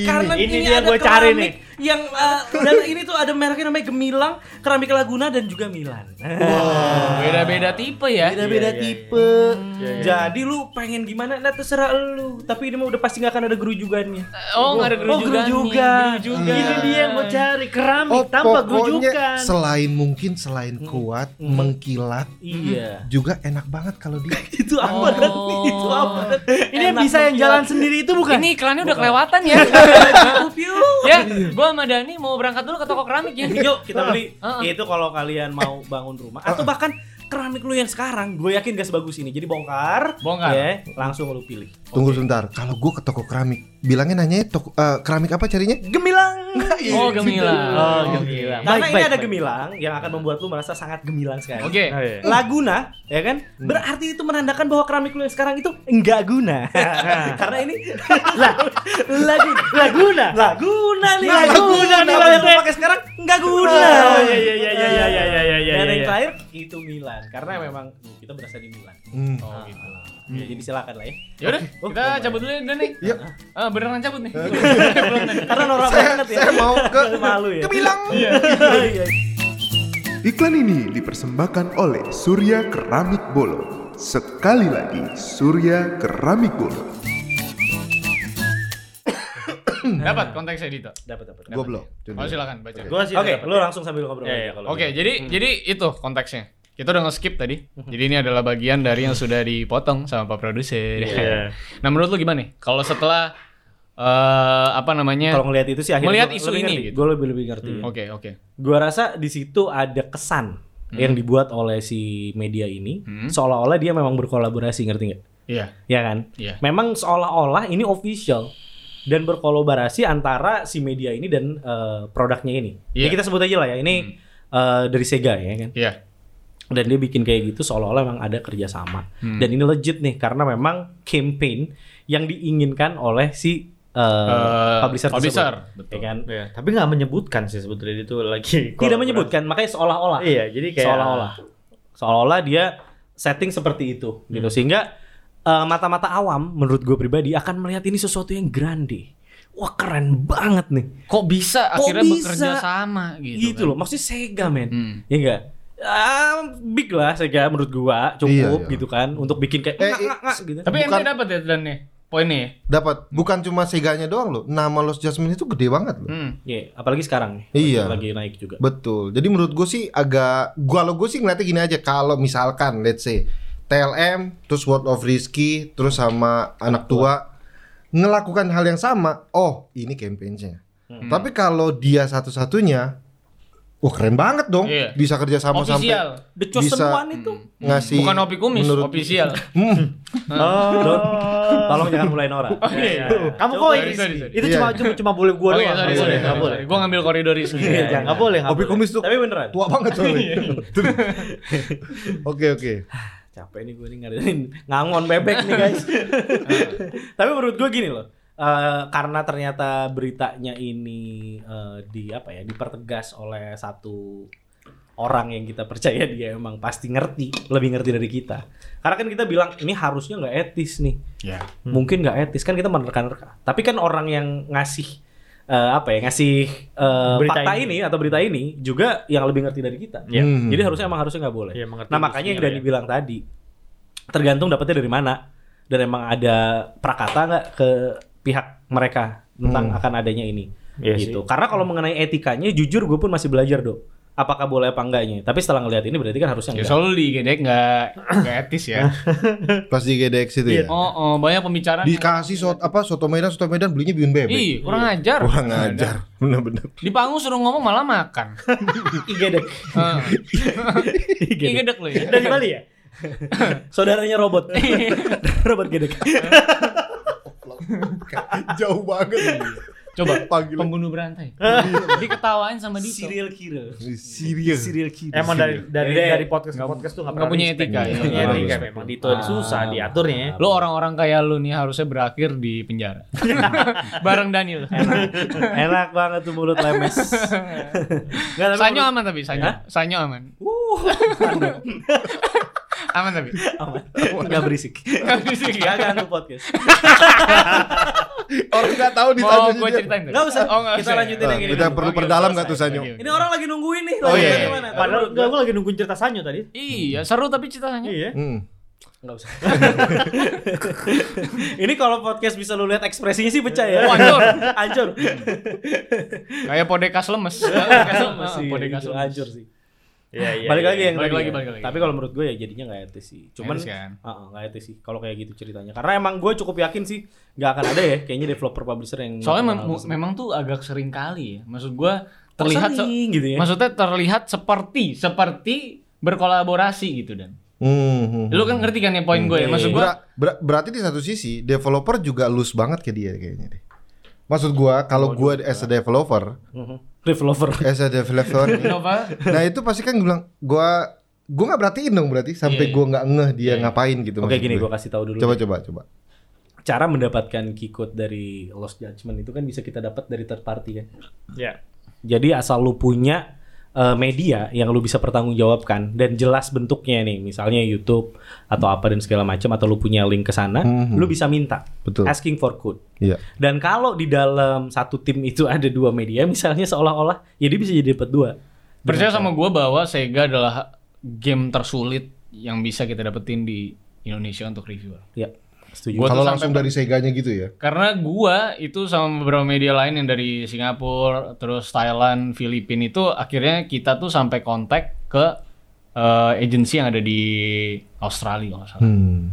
D: Karena
B: Ah, ini,
D: ini,
B: dia
D: ada
B: gua cari nih.
D: keramik Yang eh, dan ini tuh ada mereknya namanya Gemilang, keramik Laguna dan juga Milan. Nah,
A: Beda-beda tipe ya.
B: iya,
D: Beda-beda
B: iya.
D: tipe.
B: Iya, iya.
D: Jadi lu pengen gimana? Nah terserah lu. Tapi ini mah udah pasti nggak akan ada gerujugannya.
A: Oh nggak ada
B: Oh Iya.
A: gerujugan. nih.
B: gerujukan.
A: Gerujugan.
B: Ini dia yang gua cari keramik
C: Oh,
B: tanpa
C: pokoknya
B: gerujukan.
C: selain mungkin selain kuat, mengkilat,
D: Hmm. Iya.
C: juga enak banget kalau dia.
D: Itu apa dan itu apa? Dan?
B: Ini yang bisa yang jalan sendiri itu bukan?
A: Ini iklannya udah kelewatan ya. ya, gua sama Dani mau berangkat dulu ke toko keramik ya.
F: Iya.
D: Yuk kita
B: Nah.
D: beli.
A: Ah, ah.
D: Itu kalau kalian mau bangun rumah atau bahkan keramik lu yang sekarang, gue yakin gak sebagus ini. Jadi bongkar,
A: Bongkar.
D: ya, langsung lu pilih.
C: Tunggu sebentar. Kalau gue ke toko keramik, bilangnya nanya toko eh, keramik apa carinya?
D: Gemilang.
A: Oh gemilang.
B: Oh, gemilang.
D: Karena
B: Baik,
D: ini
B: baik,
D: ada
B: baik.
D: gemilang yang akan membuat lu merasa sangat gemilang sekali.
A: Oke.
B: Oh, iya.
D: Laguna, ya kan?
B: Hmm.
D: Berarti itu menandakan bahwa keramik lu yang sekarang itu enggak guna. Karena ini
B: lah, lagi Laguna.
D: Laguna nih.
B: Nggak guna nih,
D: Apa yang lu
B: Bang.
D: pakai sekarang enggak guna.
B: Oh, iya, iya, iya, iya, iya, iya, iya, iya,
D: Dan
B: iya.
D: yang terakhir itu Milan. Karena memang kita berasa di Milan.
C: Hmm.
A: Oh gitu.
D: Ya, Jadi silakan lah ya.
A: Yaudah, kita cabut dulu ya Dan nih.
C: Iya.
A: Ah, beneran cabut nih.
D: Karena norak
C: Saya,
D: banget ya.
C: saya Kan mau ke
D: malu ya.
C: kebilang.
D: Iya.
G: Iklan ini dipersembahkan oleh Surya Keramik Bolo. Sekali lagi, Surya Keramik Bolo.
A: Dapat konteksnya Dito.
D: Dapat dapat.
C: Gue belum.
A: Oh silakan baca.
B: Gua sih
D: Oke,
B: dapat.
D: lu langsung sambil ngobrol.
B: Iya, iya,
D: aja kalau
A: Oke, jadi jadi itu konteksnya. Kita udah nge-skip tadi. Jadi ini adalah bagian dari yang sudah dipotong sama Pak produser.
B: Iya.
A: nah, menurut lu gimana nih? Kalau setelah eh apa namanya?
D: kalau ngelihat itu sih akhirnya
A: Melihat
D: gua
A: isu
D: lebih
A: ini
D: ngerti.
A: gitu.
D: gue lebih lebih ngerti ya.
A: Oke, oke.
D: gue rasa di situ ada kesan yang dibuat oleh si media ini
A: Hmm.
D: seolah-olah dia memang berkolaborasi ngerti nggak
A: Iya.
F: ya kan?
A: Iya.
F: Memang seolah-olah ini official dan berkolaborasi antara si media ini dan eh, produknya ini. Ya
A: Iya.
F: kita sebut aja lah ya, ini eh, dari Sega ya kan.
A: Iya.
F: Dan dia bikin kayak gitu seolah-olah memang ada kerjasama.
A: Hmm.
F: Dan ini legit nih karena memang campaign yang diinginkan oleh si eh,
A: Eh,
F: publisher, tersebut.
A: publisher, Iya.
F: ya
A: betul.
F: kan?
B: Ya, tapi nggak menyebutkan sih sebetulnya itu lagi
F: Tidak
B: kolaborasi.
F: menyebutkan, makanya seolah-olah.
B: Iya, jadi kayak
F: seolah-olah seolah-olah dia setting seperti itu
C: Hmm.
F: gitu sehingga eh, mata-mata awam menurut gue pribadi akan melihat ini sesuatu yang grande wah keren banget nih
A: Kok bisa
F: Kok
A: akhirnya
F: bisa?
A: bekerja sama gitu?
F: gitu,
A: kan?
F: loh maksudnya Sega men
A: Hmm.
F: ya enggak Ah, big lah Sega menurut gua cukup
C: Iya, iya.
F: gitu kan untuk bikin kayak
C: Eh,
F: ngak,
C: eh,
F: ngak, ngak, gitu.
A: Tapi
C: Bukan-
A: ente dapat ya dan nih poinnya ya.
C: Dapat bukan cuma seganya doang loh. Nama Lost Judgment itu gede banget loh.
A: Hmm.
F: Iya, apalagi sekarang nih,
C: Iya.
F: lagi naik juga.
C: Betul. Jadi menurut gue sih agak gua lo gue sih ngeliatnya gini aja kalau misalkan let's say TLM terus World of Risky terus sama anak tua ngelakukan hal yang sama, oh ini campaign-nya. Tapi kalau dia satu-satunya Wah keren banget dong
A: Iya.
C: bisa kerja sama sampai
A: Official.
F: The Chosen
C: Bisa- Hmm.
F: One itu
C: ngasih
A: Bukan opi kumis,
C: menurut-
A: official.
C: Hmm.
F: Don, tolong jangan mulai Nora.
B: Kamu
A: Sorry,
B: kok
A: sorry, sorry, sorry.
B: itu
C: Iya.
B: cuma cuma cuma boleh gua
A: Oke,
B: doang.
A: sorry,
B: Nggak
A: sorry,
B: boleh, nggak
A: sorry,
B: boleh.
A: sorry. Gua ngambil koridor Rizky.
B: Iya, jangan. Nggak boleh, nggak
C: Opi
B: boleh.
C: kumis tuh
F: Tapi beneran.
C: tua banget soalnya. Oke oke.
F: capek nih gue nih ngadain ngangon bebek nih guys. Tapi menurut gue gini loh, eh, karena ternyata beritanya ini eh, di apa ya dipertegas oleh satu orang yang kita percaya dia emang pasti ngerti, lebih ngerti dari kita. Karena kan kita bilang ini harusnya nggak etis nih,
A: Ya.
B: Hmm.
F: mungkin nggak etis kan kita menerka-nerka. Tapi kan orang yang ngasih eh, apa ya ngasih eh,
B: Berita
F: fakta
B: ini.
F: ini. atau berita ini juga yang lebih ngerti dari kita.
B: Iya.
C: Hmm.
F: Jadi harusnya emang harusnya nggak boleh.
B: Iya, mengerti
F: nah makanya yang
B: musuhnya
F: Dani
B: lah ya.
F: bilang tadi tergantung dapatnya dari mana dan emang ada prakata nggak ke pihak mereka tentang akan adanya ini.
B: Iya
F: gitu. Karena kalau mengenai etikanya, jujur gue pun masih belajar dok. Apakah boleh apa enggaknya? Tapi setelah ngelihat ini berarti kan harusnya
A: Ya
F: enggak.
A: soalnya di GDX nggak nggak etis ya.
C: Pas di GDX itu ya.
A: Oh, oh banyak pembicaraan.
C: Dikasih soto apa soto Medan soto Medan belinya bihun bebek.
A: Ih, kurang ajar.
C: Kurang ajar. Bener-bener.
A: Di panggung suruh ngomong malah makan.
F: Igedek.
A: Heeh. Igedek lu ya.
B: Dari Bali ya?
F: Saudaranya robot. robot gedek.
C: Jauh banget.
A: Coba
C: Panggil.
A: pembunuh berantai. Diketawain sama Dito.
F: Serial killer.
C: Serius.
F: Serial killer.
B: Emang dari dari
F: Yaudah.
B: dari podcast ke podcast tuh nggak
A: nggak
B: pernah
A: punya
B: respect.
A: etika,
B: Nggak
A: iya.
B: punya
C: Nggak
B: etika Ah.
C: respect.
B: memang itu susah diaturnya. ya.
A: Lo orang-orang kayak lu nih harusnya berakhir di penjara. Bareng Daniel.
F: Enak banget tuh mulut lemes. Nggak, tapi
A: Sanyo
F: menurut-
A: aman tapi Sanyo. Sanyo aman.
F: Wuh.
A: Aman tapi.
F: aman. Nggak berisik.
A: Nggak berisik ya?
F: Nggak akan tuh podcast.
C: Orang nggak tahu
A: Mau
C: ditanya
A: gue
C: dia. Nah,
A: ceritain tuh.
F: Nggak usah.
A: Oh, nggak
F: Kita lanjutin yang ini
C: Kita
F: dulu.
C: perlu
A: Oke,
C: perdalam
A: selesai.
C: nggak tuh Sanyo?
A: Oke, oke.
F: Ini orang lagi nungguin nih.
C: Oh,
F: lanjut
C: iya, iya.
F: gimana?
B: Padahal nggak, gua lagi nungguin cerita Sanyo tadi.
A: Iya, seru tapi ceritanya.
B: Iya.
C: Hmm.
F: Nggak usah. ini kalau podcast bisa lu lihat ekspresinya sih pecah ya.
A: Oh, hancur.
F: Hancur.
A: Kayak podekas lemes.
F: Podekas lemes sih.
A: Ah, Podekas
F: Itu
A: lemes.
F: hancur sih.
B: Iya, iya.
F: balik
B: iya.
F: lagi yang
A: Balik
F: tadi
A: lagi,
F: ya.
A: balik lagi.
F: Tapi kalau menurut gue ya jadinya nggak etis sih. Cuman
A: Etis kan?
F: Heeh, nggak etis sih kalau kayak gitu ceritanya. Karena emang gue cukup yakin sih nggak akan ada ya kayaknya developer publisher yang
A: Soalnya mem-
F: melakukan hal tersebut.
A: memang tuh agak sering kali ya. Maksud gua terlihat se-
F: sering gitu ya.
A: Maksudnya terlihat seperti seperti berkolaborasi gitu dan.
C: Hmm, hmm.
A: Lu kan ngerti kan ya poin gue ya. Maksud gua
C: Ber- ber- berarti di satu sisi developer juga loose banget ke dia kayaknya deh. Maksud gua kalau gua as a developer,
F: Mhm. developer.
C: as a developer, nih,
A: Nova
C: nah itu pasti kan bilang gua gua nggak berartiin dong berarti sampai gua nggak ngeh dia ngapain gitu.
F: Oke
C: maksud
F: gini
C: gua.
F: gue kasih tahu dulu.
C: Coba
F: deh.
C: coba coba.
F: Cara mendapatkan key code dari Lost Judgment itu kan bisa kita dapat dari third party kan.
B: Iya.
F: Jadi asal lu punya eh, media yang lu bisa pertanggungjawabkan dan jelas bentuknya nih, misalnya YouTube atau apa dan segala macam atau lu punya link ke sana,
C: Mhm.
F: lu bisa minta
C: Betul.
F: asking for code.
C: Iya.
F: Dan kalau di dalam satu tim itu ada dua media, misalnya seolah-olah ya dia bisa jadi dapat dua.
A: percaya sama gua bahwa Sega adalah game tersulit yang bisa kita dapetin di Indonesia untuk reviewer.
F: Ya, setuju.
A: Gua tuh
C: Kalau
A: sampai
C: langsung dari Seganya gitu ya.
A: Karena gua itu sama beberapa media lain yang dari Singapura, terus Thailand, Filipina itu akhirnya kita tuh sampai kontak ke eh, agensi yang ada di Australia kalau nggak salah.
C: Hmm.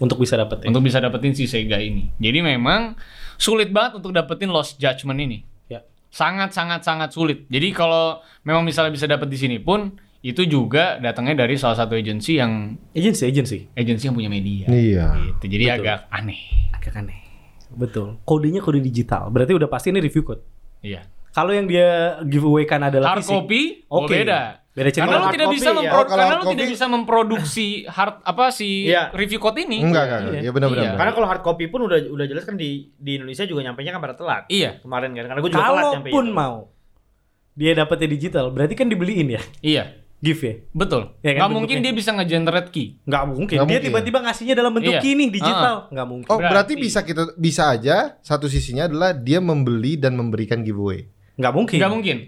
F: Untuk bisa dapat.
A: Untuk bisa dapetin si Sega ini. Jadi memang sulit banget untuk dapetin Lost Judgment ini.
F: Ya.
A: Sangat sangat sangat sulit. Jadi kalau memang misalnya bisa dapet di sini pun itu juga datangnya dari salah satu agensi yang
D: Agency, agency.
A: agensi yang punya media.
C: Iya.
A: Gitu. Jadi agak aneh.
D: Agak aneh. Betul. Kodenya kode digital. Berarti udah pasti ini review code.
A: Iya.
D: Kalau yang dia giveaway kan adalah
A: Hard
D: fisik.
A: copy, oh
D: Oke.
A: beda.
D: Beda
A: Karena
D: cerita. Kalau
A: lu
D: hard
A: tidak
D: copy,
A: bisa
D: ya.
A: mempro-
C: Oh, kalau
A: karena
C: hard
A: lu tidak
C: copy-
A: bisa memproduksi hard apa si
B: Iya.
A: review code ini.
C: Enggak, enggak, enggak.
D: Iya.
C: Ya benar-benar.
A: Iya.
C: benar.
B: Karena kalau hard copy pun udah udah jelas kan di di Indonesia juga nyampe nya kan pada telat.
A: Iya.
B: Kemarin kan karena gue juga telat nyampe.
D: Kalaupun mau dia dapatnya digital, berarti kan dibeliin ya
A: Iya.
D: gift ya?
A: Betul.
D: Iya kan,
A: Nggak mungkin
D: bentuknya.
A: dia bisa nge-generate key.
D: Nggak mungkin.
C: Nggak
D: dia
C: mungkin.
D: tiba-tiba ngasihnya dalam bentuk
A: Iya.
D: kini digital. Nggak mungkin.
C: Oh, berarti
A: Berarti.
C: bisa kita bisa aja satu sisinya adalah dia membeli dan memberikan giveaway.
D: Nggak mungkin.
A: Nggak mungkin.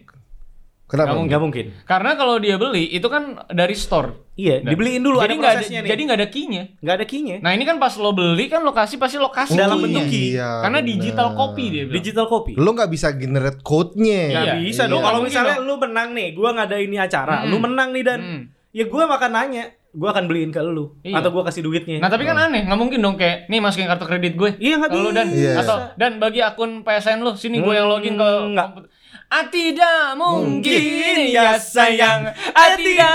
C: Kenapa?
A: Nggak
D: Nggak mungkin.
A: Karena kalau dia beli itu kan dari store.
D: Iya,
A: Nah,
D: dibeliin dulu
A: jadi
D: ada
A: nggak ada,
D: prosesnya nih.
A: jadi nggak ada key-nya.
D: nggak ada key-nya.
A: Nah ini kan pas lo beli kan lokasi pasti lokasi
D: Dalam
A: key-nya.
D: bentuk key.
C: Iya,
A: Karena
C: benar.
A: digital copy dia bilang.
D: Digital copy.
C: Lu nggak bisa generate code-nya.
A: Nggak
D: Nggak
A: Iya,
D: bisa
A: iya.
D: dong. Kalau
A: Nggak
D: misalnya
A: mungkin
D: lu menang nih, gua ngadain ini acara,
A: Hmm.
D: lu menang nih dan
A: Hmm.
D: ya gua makan nanya, gua akan beliin ke lu
A: Iya.
D: atau gua kasih duitnya.
A: Nah tapi kan aneh, nggak mungkin dong kayak nih masukin kartu kredit gue.
D: Iya, nggak
A: Ke lu, dan
C: bisa.
A: atau dan bagi akun PSN lu sini gue yang login ke
D: Hmm, nggak.
A: komputer. Ah tidak mungkin
D: Mungkin,
A: ya sayang, ah tidak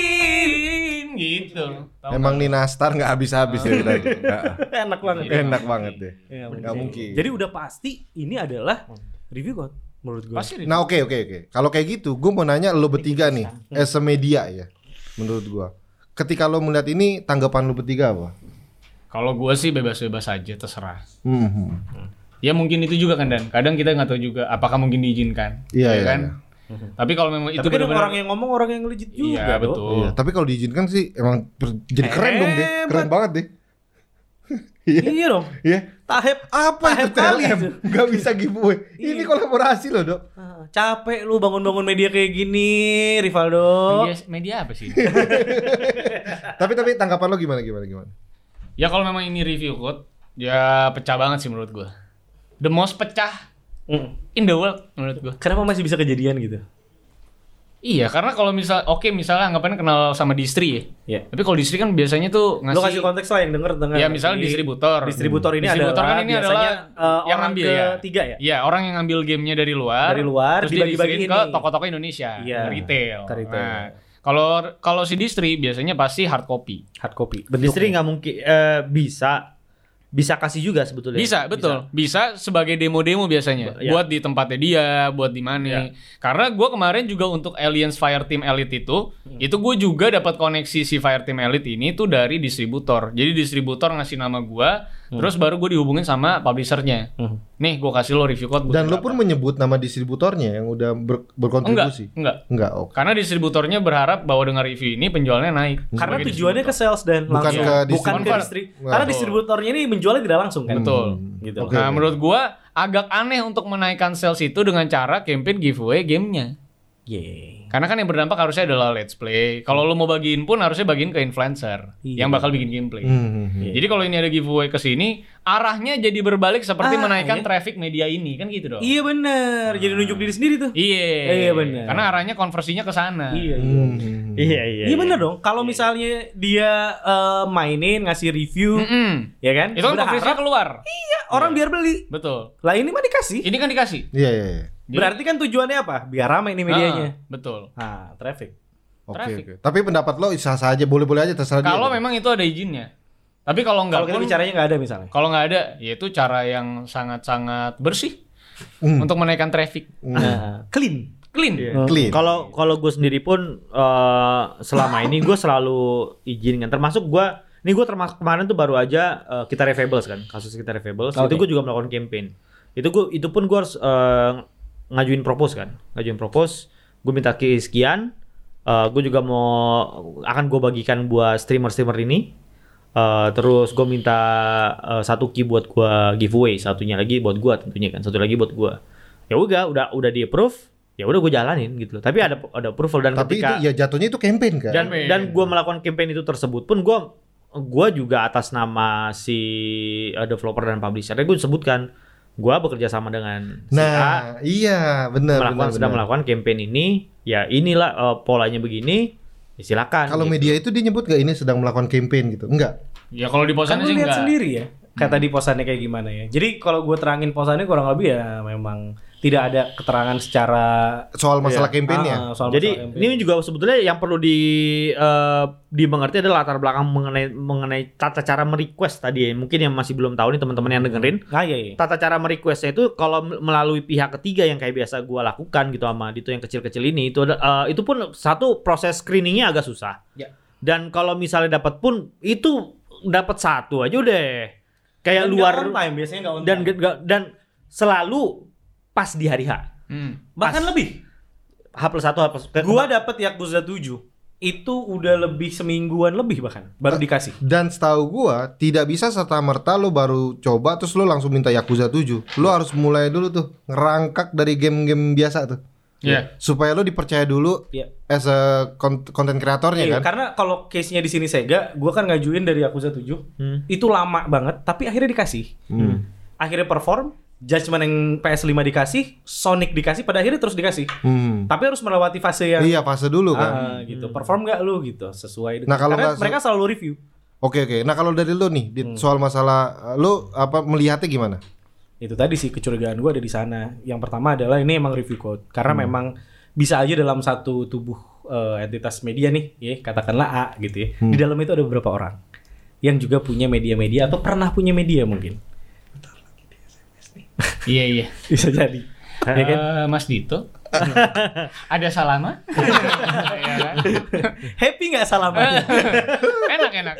A: mungkin gitu. Tahu
C: Emang Nina Star nggak habis-habis dari tadi. Nggak.
D: enak banget.
C: Enak banget deh.
D: Ya,
C: Nggak mungkin.
D: Jadi udah pasti ini adalah review code menurut gua.
A: Pasti
C: Nah oke oke oke. Kalau kayak gitu, gue mau nanya lo bertiga nih, as a media ya, menurut gua. Ketika lo melihat ini, tanggapan lo bertiga apa?
A: Kalau gue sih bebas-bebas aja terserah.
C: Hmm.
A: Ya mungkin itu juga kan dan kadang kita nggak tahu juga apakah mungkin diizinkan.
C: Iya, iya,
A: kan.
C: iya.
A: Tapi kalau memang itu
D: Tapi kan
A: benar-benar-
D: orang yang ngomong orang yang legit juga
A: Iya
D: dong.
A: betul.
C: Iya. Tapi kalau diizinkan sih emang ber- jadi keren dong deh, keren banget deh.
D: Iya dong.
C: Iya.
D: Tahep
C: Apa itu
D: Tahap kali
C: TLM?
D: itu.
C: Gak bisa giveaway. Ini kolaborasi loh dok.
D: Ah, capek lu bangun-bangun media kayak gini, Rivaldo.
A: Media, media apa sih?
C: tapi tapi tanggapan lo gimana gimana gimana?
A: ya kalau memang ini review code, ya pecah banget sih menurut gue. The most pecah
D: Mm.
A: in the world menurut gue.
D: Kenapa masih bisa kejadian gitu?
A: Iya, karena kalau misal, oke misalnya anggapannya kenal sama distri ya.
D: Iya.
A: Tapi kalau distri kan biasanya tuh ngasih.
D: Lo kasih konteks lah yang denger dengan
A: Ya misalnya
D: di-
A: distributor.
D: Distributor ini
A: Distributor
D: adalah
A: kan ini
D: biasanya,
A: adalah
D: eh, orang ketiga ya?
A: Iya, orang yang ngambil gamenya dari luar.
D: Dari luar,
A: terus dia
D: dibagi-bagiin
A: distribuin ke
D: nih.
A: toko-toko Indonesia,
D: Iya,
A: ke retail.
D: ke retail.
A: Nah, kalau kalau si distri biasanya pasti hard copy.
D: hard copy.
B: Distri nggak mungkin eh, bisa bisa kasih juga sebetulnya.
A: Bisa, betul. Bisa, sebagai demo-demo biasanya.
B: Ba- ya.
A: Buat di tempatnya dia, buat di mana.
B: Ya.
A: Karena gue kemarin juga untuk Aliens Fireteam Elite itu, itu gue juga dapat koneksi si Fireteam Elite ini tuh dari distributor. Jadi distributor ngasih nama gue, terus baru gue dihubungin sama publishernya. Nih, gue kasih lo review code. buat
C: Dan lo
A: berapa.
C: pun menyebut nama distributornya yang udah ber-
A: enggak,
C: berkontribusi.
A: enggak.
C: Enggak, oke.
A: Karena distributornya berharap bahwa dengan review ini penjualnya naik.
D: Karena
A: Sebagai
D: tujuannya ke sales dan
C: Bukan
D: langsung
C: ke
D: bukan ke
A: distributor.
D: distri.
C: Betul.
D: Karena distributornya ini menjualnya tidak langsung kan.
A: Betul.
D: Gitu.
C: Oke.
A: nah, menurut gua agak aneh untuk menaikkan sales itu dengan cara campaign giveaway gamenya.
D: Yeay.
A: Karena kan yang berdampak harusnya adalah let's play. Kalau lo mau bagiin pun harusnya bagiin ke influencer
D: Iya.
A: yang bakal bikin gameplay.
C: Hmm.
A: Jadi kalau ini ada giveaway ke sini, arahnya jadi berbalik seperti
D: Ah,
A: menaikkan
D: iya.
A: traffic media ini, kan gitu dong.
D: Iya benar. Jadi nunjuk diri sendiri tuh.
A: Iya.
D: Iya, benar.
A: Karena arahnya konversinya ke sana.
D: iya.
C: Hmm.
B: Iya iya.
D: Iya benar dong. Kalau misalnya dia eh, mainin ngasih review,
A: Mm-mm.
D: ya kan?
A: Itu kan
D: Berharap
A: konversinya keluar.
D: orang biar beli.
A: Betul.
D: Lah ini mah dikasih.
A: Ini kan dikasih.
C: Iya iya. iya.
A: Jadi-
D: Berarti kan tujuannya apa? Biar ramai nih medianya.
A: Ah, betul.
D: Nah, traffic.
C: Oke
A: Traffic.
C: oke. Tapi pendapat lo sah-sah aja, boleh-boleh aja terserah dia.
A: Kalau
C: Dok.
A: memang itu ada izinnya. Tapi kalau nggak
D: Kalau kita
A: pun-
D: bicaranya nggak ada misalnya.
A: kalau nggak ada, yaitu cara yang sangat-sangat bersih
C: Hmm.
A: untuk menaikkan traffic.
F: Ah.
D: Nah, clean.
A: Clean.
F: Iya.
B: Iya.
C: clean.
B: Kalau kalau gue sendiri pun eh, selama ini gue selalu izinkan. Termasuk gue, ini gue termasuk kemarin tuh baru aja eh, kita refables kan, kasus kita refables.
D: Oke.
B: Itu gue juga melakukan campaign. Itu gue, itu pun gue harus eh, ngajuin propose kan, ngajuin propose. Gue minta ke sekian. gue juga mau akan gue bagikan buat streamer-streamer ini. Eh, terus gue minta eh, satu key buat gue giveaway, satunya lagi buat gue tentunya kan, satu lagi buat gue. Ya udah, udah udah di approve, ya udah gue jalanin gitu loh. Tapi ada ada approval dan
C: Tapi itu
B: ketika
C: ya jatuhnya itu campaign kan.
B: dan
A: Campaign.
B: dan gue melakukan campaign itu tersebut pun gue gue juga atas nama si eh, developer dan publisher, gue sebutkan gue bekerja sama dengan si A,
C: nah, iya benar
B: melakukan
C: benar.
B: sedang
C: benar.
B: melakukan campaign ini, ya inilah eh, polanya begini, ya silakan.
C: Kalau
B: gitu.
C: media itu dia nyebut gak ini sedang melakukan campaign gitu? Enggak.
A: Ya kalau di
D: Kan
A: posannya
D: lu
A: sih
D: lihat
A: enggak.
D: sendiri ya. Kayak tadi posannya kayak gimana ya. Jadi kalau gue terangin posannya kurang lebih ya memang
F: tidak ada keterangan secara
C: soal masalah
B: Iya.
C: campaign-nya.
F: Ah, soal
B: Jadi
F: masalah campaign.
B: ini juga sebetulnya yang perlu di eh, dimengerti adalah latar belakang mengenai mengenai tata cara merequest tadi ya. Mungkin yang masih belum tahu nih teman-teman yang dengerin.
F: Ah, iya, iya.
B: Tata cara merequestnya itu kalau melalui pihak ketiga yang kayak biasa gua lakukan gitu sama Dito yang kecil-kecil ini itu ada, eh, itu pun satu proses screeningnya agak susah.
F: Ya.
B: Dan kalau misalnya dapat pun itu dapat satu aja udah kayak
F: Dan
B: luar
F: nggak on time, biasanya nggak on
B: dan
F: time.
B: dan- dan selalu pas di hari H.
A: Hmm.
F: bahkan
B: pas.
F: lebih.
B: H plus satu, H plus ke-
F: Gua dapat Yakuza 7 itu udah lebih semingguan lebih bahkan baru dikasih.
C: Dan setahu gua tidak bisa serta merta lo baru coba terus lo langsung minta Yakuza 7. Lo harus mulai dulu tuh ngerangkak dari game-game biasa tuh.
A: Iya.
C: Supaya lo dipercaya dulu
F: Iya.
C: as a konten kreatornya
F: Iya,
C: kan.
F: karena kalau case-nya di sini Sega, gua kan ngajuin dari Yakuza 7.
B: Hmm.
F: Itu lama banget, tapi akhirnya dikasih.
C: Hmm.
F: Akhirnya perform, Judgment yang PS5 dikasih, Sonic dikasih, pada akhirnya terus dikasih.
C: Hmm.
F: Tapi harus melewati fase yang
C: Iya fase dulu kan.
F: ah, gitu. Perform nggak lu gitu sesuai dengan
C: Nah, kalau
F: karena
C: nggak se-
F: mereka selalu review.
C: Oke oke. Nah kalau dari lo nih di- soal masalah eh, lo apa melihatnya gimana?
F: itu tadi sih kecurigaan gue ada di sana. Yang pertama adalah ini emang review code karena memang bisa aja dalam satu tubuh eh, entitas media nih, ya katakanlah A gitu ya. Di dalam itu ada beberapa orang yang juga punya media-media atau pernah punya media mungkin
A: Iya iya.
F: bisa jadi. ya kan?
A: Eh, Mas Dito. Ada salama? Iya kan?
F: Happy nggak salamannya?
A: enak enak.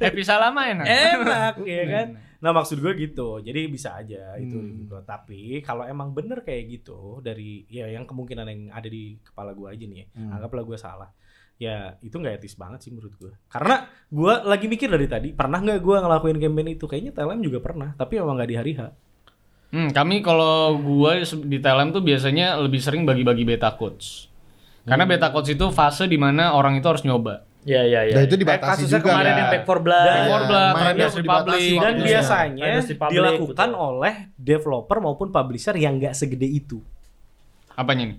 A: Happy salama enak.
D: Eh.
F: Enak ya kan? Nah maksud gue gitu, jadi bisa aja itu
C: Hmm.
F: review code. Tapi kalau emang bener kayak gitu dari ya yang kemungkinan yang ada di kepala gue aja nih, ya,
C: Hmm.
F: anggaplah gue salah. Ya itu nggak etis banget sih menurut gue. Karena gue lagi mikir dari tadi, pernah nggak gue ngelakuin campaign itu? Kayaknya TLM juga pernah, tapi emang nggak di hari H.
A: Hmm, kami kalau gua di Thailand tuh biasanya lebih sering bagi-bagi beta codes. Karena
D: Hmm.
A: beta codes itu fase di mana orang itu harus nyoba.
B: Ya ya ya.
C: Nah, itu
B: Kayak
C: dibatasi
B: kasusnya
C: juga,
B: kemarin
A: ya.
B: yang back for blood.
F: Dan-
A: War
C: Iya,
A: Blood,
C: mainnya
A: Riders
C: harus
A: Republic.
C: dibatasi
F: Dan
C: Iya.
F: biasanya
B: Privacy public,
A: gitu.
F: dilakukan
B: betul.
F: oleh developer maupun publisher yang nggak segede itu.
A: Apanya nih?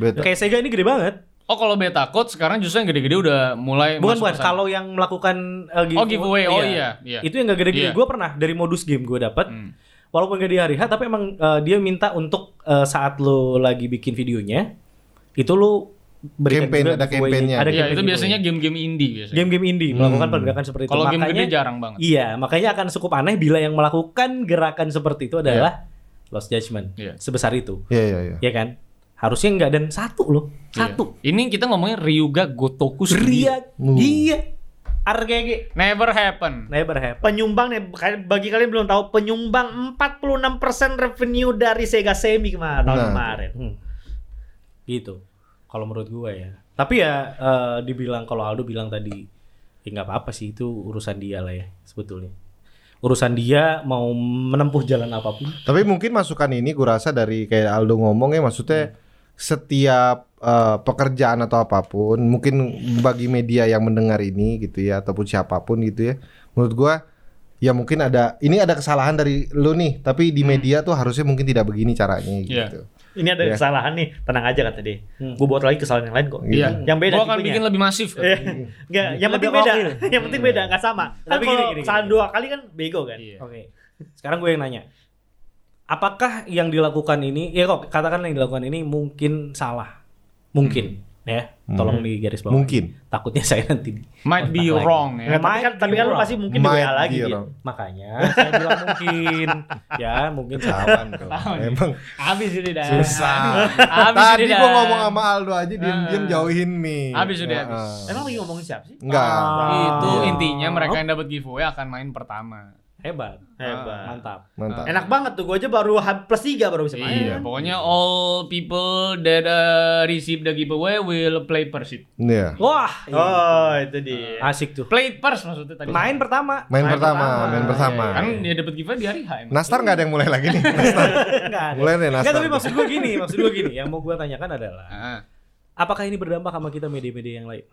C: Betul.
F: Kayak Sega ini gede banget.
A: Oh kalau beta codes sekarang justru yang gede-gede udah mulai
F: Bukan
A: masuk
F: bukan
A: ke sana.
F: kalau yang melakukan uh,
A: Oh, giveaway. Oh, iya, iya.
F: Itu yang gak
A: Iya.
F: gede-gede. Gue pernah dari modus game gue dapat.
A: Hmm.
F: Walaupun gak di hari H tapi emang uh, dia minta untuk uh, saat lo lagi bikin videonya itu lo berikan
C: Campaign,
F: juga
C: ada
F: giveaway-nya.
C: campaign-nya.
A: Iya,
F: Ada campaign
A: itu
F: giveaway.
A: biasanya game-game indie biasanya.
F: game-game indie melakukan pergerakan seperti itu.
A: Iya. Kalau game
F: Makanya-
A: gede jarang banget.
F: Iya, makanya akan cukup aneh bila yang melakukan gerakan seperti itu adalah Lost Judgment
A: Iya.
F: sebesar itu.
C: Iya iya iya.
F: Ya kan? Harusnya nggak dan satu loh.
A: Iya.
F: Satu.
A: Ini kita ngomongin Ryuga Gotoku Studio.
F: Ria,
C: Uh.
F: dia RGG
A: Never happen.
F: never happen.
B: Penyumbang nih kayak- bagi kalian belum tahu penyumbang 46% revenue dari Sega Semi kemarin tahun
C: Nah.
B: kemarin.
F: Hmm. Gitu. Kalau menurut gue ya. Tapi ya eh, dibilang kalau Aldo bilang tadi ya nggak apa-apa sih itu urusan dia lah ya sebetulnya. Urusan dia mau menempuh jalan apapun.
C: Tapi mungkin masukan ini gue rasa dari kayak Aldo ngomong ya maksudnya setiap eh, pekerjaan atau apapun mungkin bagi media yang mendengar ini gitu ya ataupun siapapun gitu ya menurut gua ya mungkin ada ini ada kesalahan dari lu nih tapi di media tuh harusnya mungkin tidak begini caranya gitu.
B: Ini ada
C: Iya.
B: kesalahan nih, tenang aja kata dia.
F: Hmm.
B: Gue buat lagi kesalahan yang lain kok.
C: Iya.
B: Yang beda
A: Gua akan
B: tipenya.
A: bikin lebih masif.
B: Iya. Nggak, yang
F: Lebih
B: penting beda.
F: gokil.
B: yang penting beda, nggak sama. Kan
F: Tapi
B: kalau
F: gini, gini,
B: kesalahan
F: gini.
B: dua kali kan bego kan.
A: Iya.
F: Oke. Sekarang gue yang nanya. Apakah yang dilakukan ini ya kok katakan yang dilakukan ini mungkin salah. Mungkin
A: Hmm.
F: ya. Tolong di garis bawah.
C: Mungkin.
F: Takutnya saya nanti di-
A: Might be
F: Kontak lagi.
A: wrong ya.
B: Nggak, tapi kan, tapi kan lu pasti mungkin di
C: Might
B: WA lagi.
C: be
B: Dit.
C: wrong.
F: makanya saya bilang mungkin ya mungkin salah.
C: Kawan tuh. Emang
A: ya. Habis ini dah.
C: susah.
A: Habis
C: Tadi
A: ini dah.
C: gua ngomong sama Aldo aja diam-diam
A: Ah.
C: jauhin nih.
A: Habis udah, habis. Ah,
B: Emang lagi ngomongin siapa sih?
C: Enggak.
A: Itu
C: Iya.
A: intinya mereka yang dapat giveaway akan main pertama.
F: Hebat.
B: Hebat.
F: Mantap.
C: Mantap.
B: Enak banget tuh, gue aja baru H plus 3 baru bisa
A: Iya,
B: main.
A: pokoknya all people that uh, receive the giveaway will play first.
C: Iya.
F: Wah,
B: Oh, itu dia.
F: asik tuh.
A: Play first maksudnya tadi.
F: Main pertama.
C: Main, pertama,
B: pertama.
C: Nah. Ah, main pertama.
A: kan dia dapat giveaway di hari H emang.
C: Nastar nggak ada yang mulai lagi nih. Nastar.
F: Enggak ada.
C: Mulai deh Nastar.
F: Enggak, tapi maksud gue gini, maksud gue gini. Yang mau gue tanyakan adalah
A: Ah.
F: apakah ini berdampak sama kita media-media yang lain?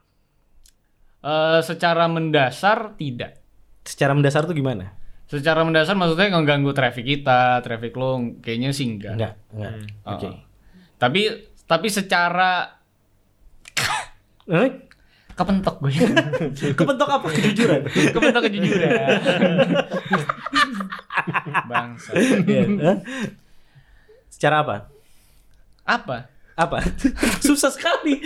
A: Eh, secara mendasar tidak.
F: Secara mendasar tuh gimana?
A: Secara mendasar maksudnya ngeganggu traffic kita, traffic lo kayaknya sih enggak.
F: Enggak, enggak.
A: Oh.
F: Oke.
A: Tapi tapi secara
F: Eh,
A: Hmm. kepentok gue.
F: Kepentok apa kejujuran?
A: kepentok kejujuran. Bangsa.
F: Iya. Hah?
D: Secara apa?
A: Apa?
D: Apa? Susah sekali.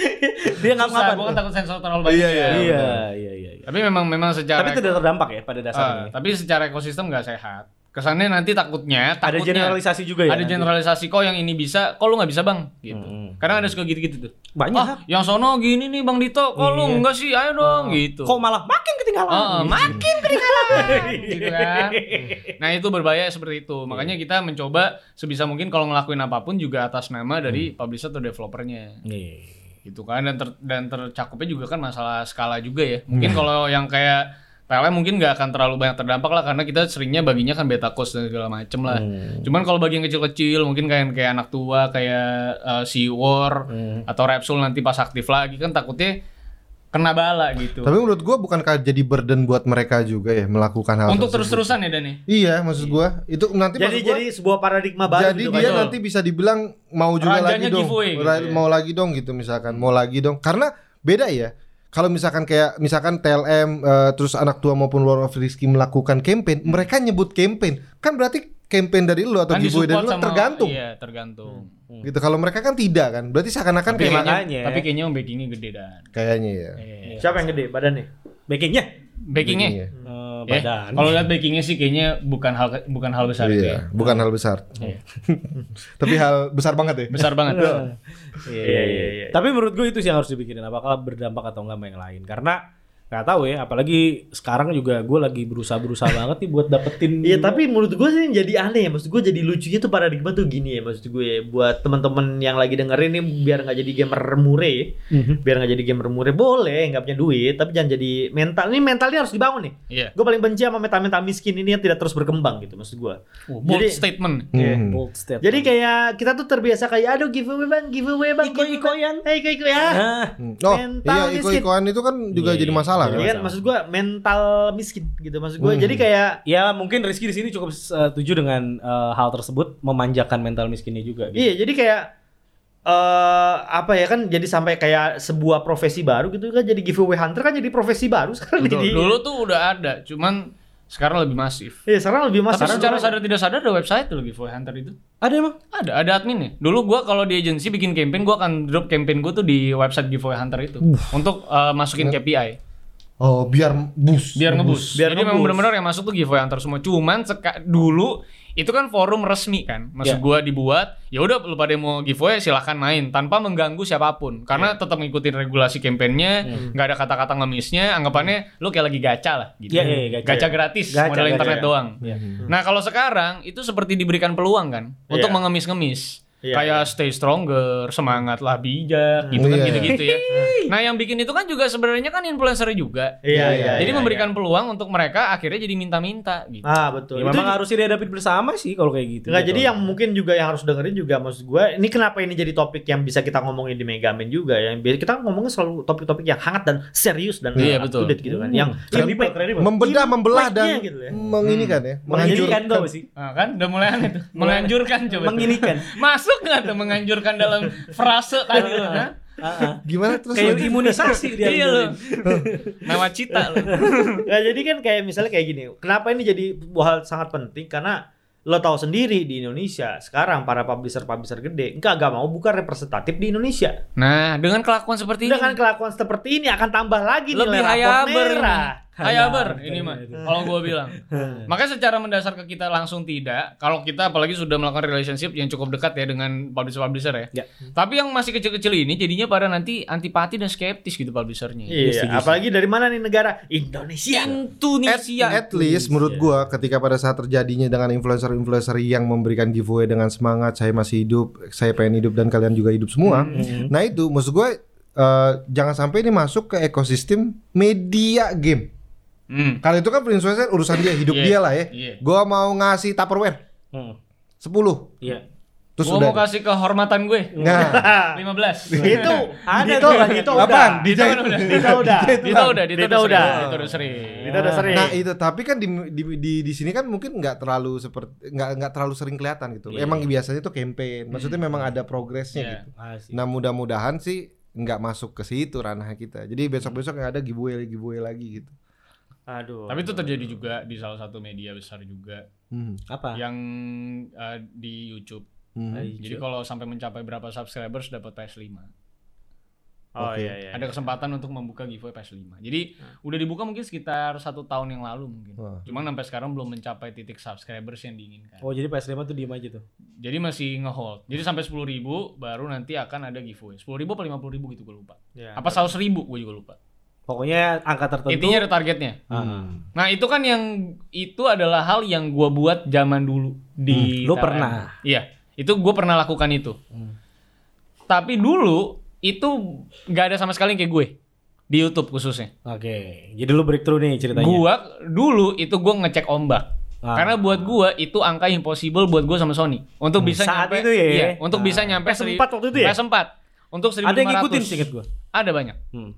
D: Dia nggak
A: Susah,
D: ngapain.
A: gue kan takut sensor terlalu banyak.
D: Iya,
A: ya.
D: iya, iya, iya.
A: Tapi memang memang secara
D: Tapi tidak terdampak ya pada
A: Eh,
D: dasarnya.
A: tapi secara ekosistem nggak sehat. Kesannya nanti takutnya,
D: ada
A: takutnya
D: generalisasi juga ya.
A: ada
D: nanti?
A: generalisasi kok yang ini bisa, kok lu nggak bisa bang, gitu.
D: Mm-mm.
A: Karena ada suka gitu-gitu tuh.
D: Banyak.
A: Ah, yang sono gini nih bang Dito, kok lu
D: Iya.
A: nggak sih, ayo dong, gitu.
D: Kok malah makin
A: Ah,
D: ketinggalan.
A: ah,
F: Iya.
D: Gitu.
A: makin kedengaran gitu kan. Nah itu berbahaya seperti itu. Makanya kita mencoba sebisa mungkin kalau ngelakuin apapun juga atas nama dari publisher atau developernya
D: Iya.
A: gitu kan dan ter- dan tercakupnya juga kan masalah skala juga ya mungkin kalau yang kayak PLM mungkin nggak akan terlalu banyak terdampak lah karena kita seringnya baginya kan beta cost dan segala macem lah cuman kalau bagi yang kecil-kecil mungkin kayak kayak anak tua kayak uh, Sea War atau Repsol nanti pas aktif lagi kan takutnya kena bala gitu
C: Tapi menurut gua bukankah jadi burden buat mereka juga ya melakukan hal
A: untuk
C: tersebut?
A: terus-terusan ya Dani
C: Iya, maksud gua itu nanti
B: Jadi
C: maksud gua,
B: jadi sebuah paradigma baru
C: jadi
B: gitu
C: dia
B: kan.
C: nanti bisa dibilang mau juga
A: Rajanya
C: lagi dong,
A: giveaway gitu
C: Ra-
A: ya.
C: mau lagi dong gitu misalkan, mau lagi dong. Karena beda ya. Kalau misalkan kayak misalkan TLM eh, terus anak tua maupun War of Risky melakukan campaign, mereka nyebut campaign. Kan berarti campaign dari lu atau
A: Hmm. Kan
C: giveaway dari
A: disupport
C: lu
A: sama-
C: tergantung.
A: iya tergantung
C: Gitu. Kalau mereka kan tidak kan. Berarti seakan-akan
A: tapi,
C: kayak
A: kayaknya,
D: makanya.
A: tapi kayaknya yang backingnya gede dan
C: kayaknya ya.
B: Siapa yang gede badannya?
D: Backingnya?
A: backingnya
C: Iya.
D: Eh,
A: Ya,
D: badan.
A: kalau lihat backingnya sih kayaknya bukan hal bukan hal besar itu ya.
C: Iya, bukan hal besar. Tapi hal besar banget ya.
A: Iya. Besar banget.
D: Iya,
B: Iya,
D: iya,
B: iya,
D: iya,
B: iya.
D: Tapi menurut gue itu sih yang harus dipikirin apakah berdampak atau enggak sama yang lain. Karena nggak tahu ya, apalagi sekarang juga gue lagi berusaha-berusaha banget nih buat dapetin
B: Iya tapi menurut gue sih yang jadi aneh ya Maksud gue jadi lucunya tuh paradigma tuh gini ya Maksud gue ya Buat teman-teman yang lagi dengerin nih Biar nggak jadi gamer mure ya.
D: Hmm.
B: Biar nggak jadi gamer mure Boleh nggak punya duit Tapi jangan jadi mental Ini mentalnya harus dibangun nih
A: Iya.
B: Gue paling benci sama meta-meta miskin ini yang tidak terus berkembang gitu Maksud gue
A: Oh, bold
B: Jadi-
A: statement.
C: Hmm.
A: Iya.
D: bold statement.
B: Jadi kayak kita tuh terbiasa kayak Aduh giveaway bang, giveaway bang
D: Iko-ikoyan.
B: Eh iko-iko ya
D: Ah,
C: Hmm. Oh,
B: Mental
C: iya
B: miskin.
C: iko-ikoan itu kan juga
D: Iya,
C: jadi masalah
D: jadi
C: kan.
B: Iya kan maksud gue mental miskin gitu Maksud gue jadi kayak
D: ya mungkin Rizky di sini cukup eh, setuju dengan eh, hal tersebut memanjakan mental miskinnya juga. gitu.
B: Iya, jadi kayak eh apa ya kan jadi sampai kayak sebuah profesi baru gitu kan jadi giveaway hunter kan jadi profesi baru sekarang
A: Betul.
B: jadi.
A: Dulu tuh udah ada, cuman sekarang lebih masif.
B: Iya, sekarang lebih masuk
A: Tapi secara sadar tidak sadar ada website tuh Giveaway Hunter itu.
D: Ada emang?
A: Ada, ada adminnya. Dulu gua kalau di agensi bikin campaign, gua akan drop campaign gua tuh di website Giveaway Hunter itu untuk eh, masukin KPI
C: Oh, biar bus.
A: biar ngebus.
B: Biar
A: Jadi memang
B: ngeboost.
A: benar-benar yang masuk tuh Giveaway Hunter semua. Cuman seka- dulu itu kan forum resmi kan. Maksud
D: Iya.
A: gua dibuat, ya udah lu pada yang mau giveaway silahkan main tanpa mengganggu siapapun. Karena tetap ngikutin regulasi kampanyenya, nggak ada kata-kata ngemisnya, anggapannya lu kayak lagi gacha lah gitu.
D: Iya, iya, iya, gacha.
A: gratis,
D: Gacha,
A: modal
D: gacha,
A: internet
D: iya.
A: doang. Nah, kalau sekarang itu seperti diberikan peluang kan untuk
B: Iya.
A: mengemis-ngemis.
B: Iya,
A: kayak stay stronger, semangatlah bijak, gitu kan
C: Iya.
A: gitu-gitu ya. Nah, yang bikin itu kan juga sebenarnya kan influencer juga.
B: Iya, iya.
A: Jadi
B: iya,
A: memberikan peluang untuk mereka akhirnya jadi minta-minta
B: iya.
A: gitu.
B: Ah, betul.
D: Ya,
B: itu
D: memang harus dihadapi bersama sih kalau kayak gitu.
B: Nggak, jadi
D: Gitu.
B: yang mungkin juga yang harus dengerin juga maksud gue ini kenapa ini jadi topik yang bisa kita ngomongin di Megaman juga ya? yang biasa kita ngomongnya selalu topik-topik yang hangat dan serius dan
A: Iya,
B: up
A: betul.
B: to date gitu kan yang
D: Keren
B: impact-
D: banget, keren banget.
C: membedah, membelah
B: Impact-nya
C: dan
B: gitu ya.
C: menginikan ya,
A: Hmm.
D: Menghancurkan
C: menghancurkan.
D: tau Iya, sih?
A: Nah, kan udah mulai aneh tuh. Menganjurkan coba. tuh.
D: Menginikan.
A: Masuk nggak tuh menganjurkan dalam frase tadi lo? Hah?
D: Ah, ah.
C: Gimana terus?
D: Kayak
C: lanjut?
D: imunisasi dia.
A: Iya lo.
D: anjurin.
A: Nama cita lo.
B: Nah, jadi kan kayak misalnya kayak gini, kenapa ini jadi sebuah hal sangat penting? Karena lo tahu sendiri di Indonesia sekarang para publisher-publisher gede nggak gak mau buka representatif di Indonesia.
A: Nah, dengan kelakuan seperti ini
B: Dengan kelakuan seperti ini akan tambah lagi
A: lebih
B: nilai rapor
A: hayaber ini.
B: merah.
A: Hayaber
D: Hayaber,
A: ini mah.
D: itu.
A: Kalau gua bilang. Makanya secara mendasar ke kita langsung tidak. Kalau kita apalagi sudah melakukan relationship yang cukup dekat ya dengan publisher-publisher ya.
D: Ya.
A: Tapi yang masih kecil-kecil ini jadinya pada nanti antipati dan skeptis gitu publishernya.
B: Iya, apalagi dari mana nih negara?
A: Iya.
B: Indonesia.
C: At,
A: Indonesia.
C: at
A: Iya.
C: least menurut gua ketika pada saat terjadinya dengan influencer-influencer yang memberikan giveaway dengan semangat saya masih hidup, saya pengen hidup dan kalian juga hidup semua.
A: Hmm.
C: Nah, itu maksud gua eh, jangan sampai ini masuk ke ekosistem media game.
A: Hmm.
C: Karena itu kan influencer urusan dia, hidup
A: Iya,
C: dia lah ya.
A: iya.
C: Gua mau ngasih Tupperware
D: Hmm.
C: 10.
D: Iya.
C: Terus
A: Gua
C: udah.
A: mau kasih kehormatan gue.
C: Nah,
A: 15.
B: itu Gitu. ada
D: Dito,
B: tuh lagi itu udah.
C: apaan?
B: Dito
C: Dijahit.
B: udah. Dito udah.
A: Dita udah, Dita,
B: Dita
A: udah.
B: udah.
A: sering, Dita udah sering.
B: Dito udah sering.
C: Nah itu tapi kan di di di, di sini kan mungkin nggak terlalu seperti nggak nggak terlalu sering kelihatan gitu. Emang biasanya tuh campaign, maksudnya memang ada progresnya
A: Iya.
C: gitu.
D: Ah, sih.
C: Nah mudah-mudahan sih nggak masuk ke situ ranah kita. Jadi besok-besok nggak ada giveaway giveaway lagi gitu.
B: Aduh.
A: Tapi itu terjadi juga di salah satu media besar juga
C: Hmm.
D: Apa?
A: yang eh, di YouTube.
C: Iya.
A: Jadi kalau sampai mencapai berapa subscribers dapat PS5.
B: Oh
C: Oke.
B: iya iya.
A: Ada kesempatan untuk membuka giveaway PS5. Jadi udah dibuka mungkin sekitar satu tahun yang lalu mungkin.
C: Nah. Wah.
A: Cuman sampai sekarang belum mencapai titik subscribers yang diinginkan.
D: Oh jadi PS5 tuh diem aja tuh.
A: Jadi masih ngehold. Jadi sampai 10.000 baru nanti akan ada giveaway. 10.000 ribu atau 50.000 gitu gue lupa.
B: Ya.
A: Apa 100.000 ribu gue juga lupa.
D: Pokoknya angka tertentu.
A: Intinya ada targetnya.
D: Ah.
A: Nah itu kan yang itu adalah hal yang gua buat zaman dulu di.
D: Hmm, lu
A: TLM.
D: pernah? Hmm.
A: Iya, itu gua pernah lakukan itu. Tapi dulu itu nggak ada sama sekali yang kayak gue di YouTube khususnya.
D: Oke. Jadi lu breakthrough nih ceritanya.
A: Gua dulu itu gua ngecek ombak.
D: Iya. Ah.
A: Karena buat gua itu angka impossible buat gua sama Sony untuk bisa
D: Saat
A: nyampe
D: itu ya.
A: iya, untuk
D: Ah.
A: bisa nyampe
B: PS4
A: seri-
B: waktu itu ya?
A: PS4 untuk 1500.
D: Ada yang ngikutin singkat gua.
A: Ada banyak.
D: Hmm.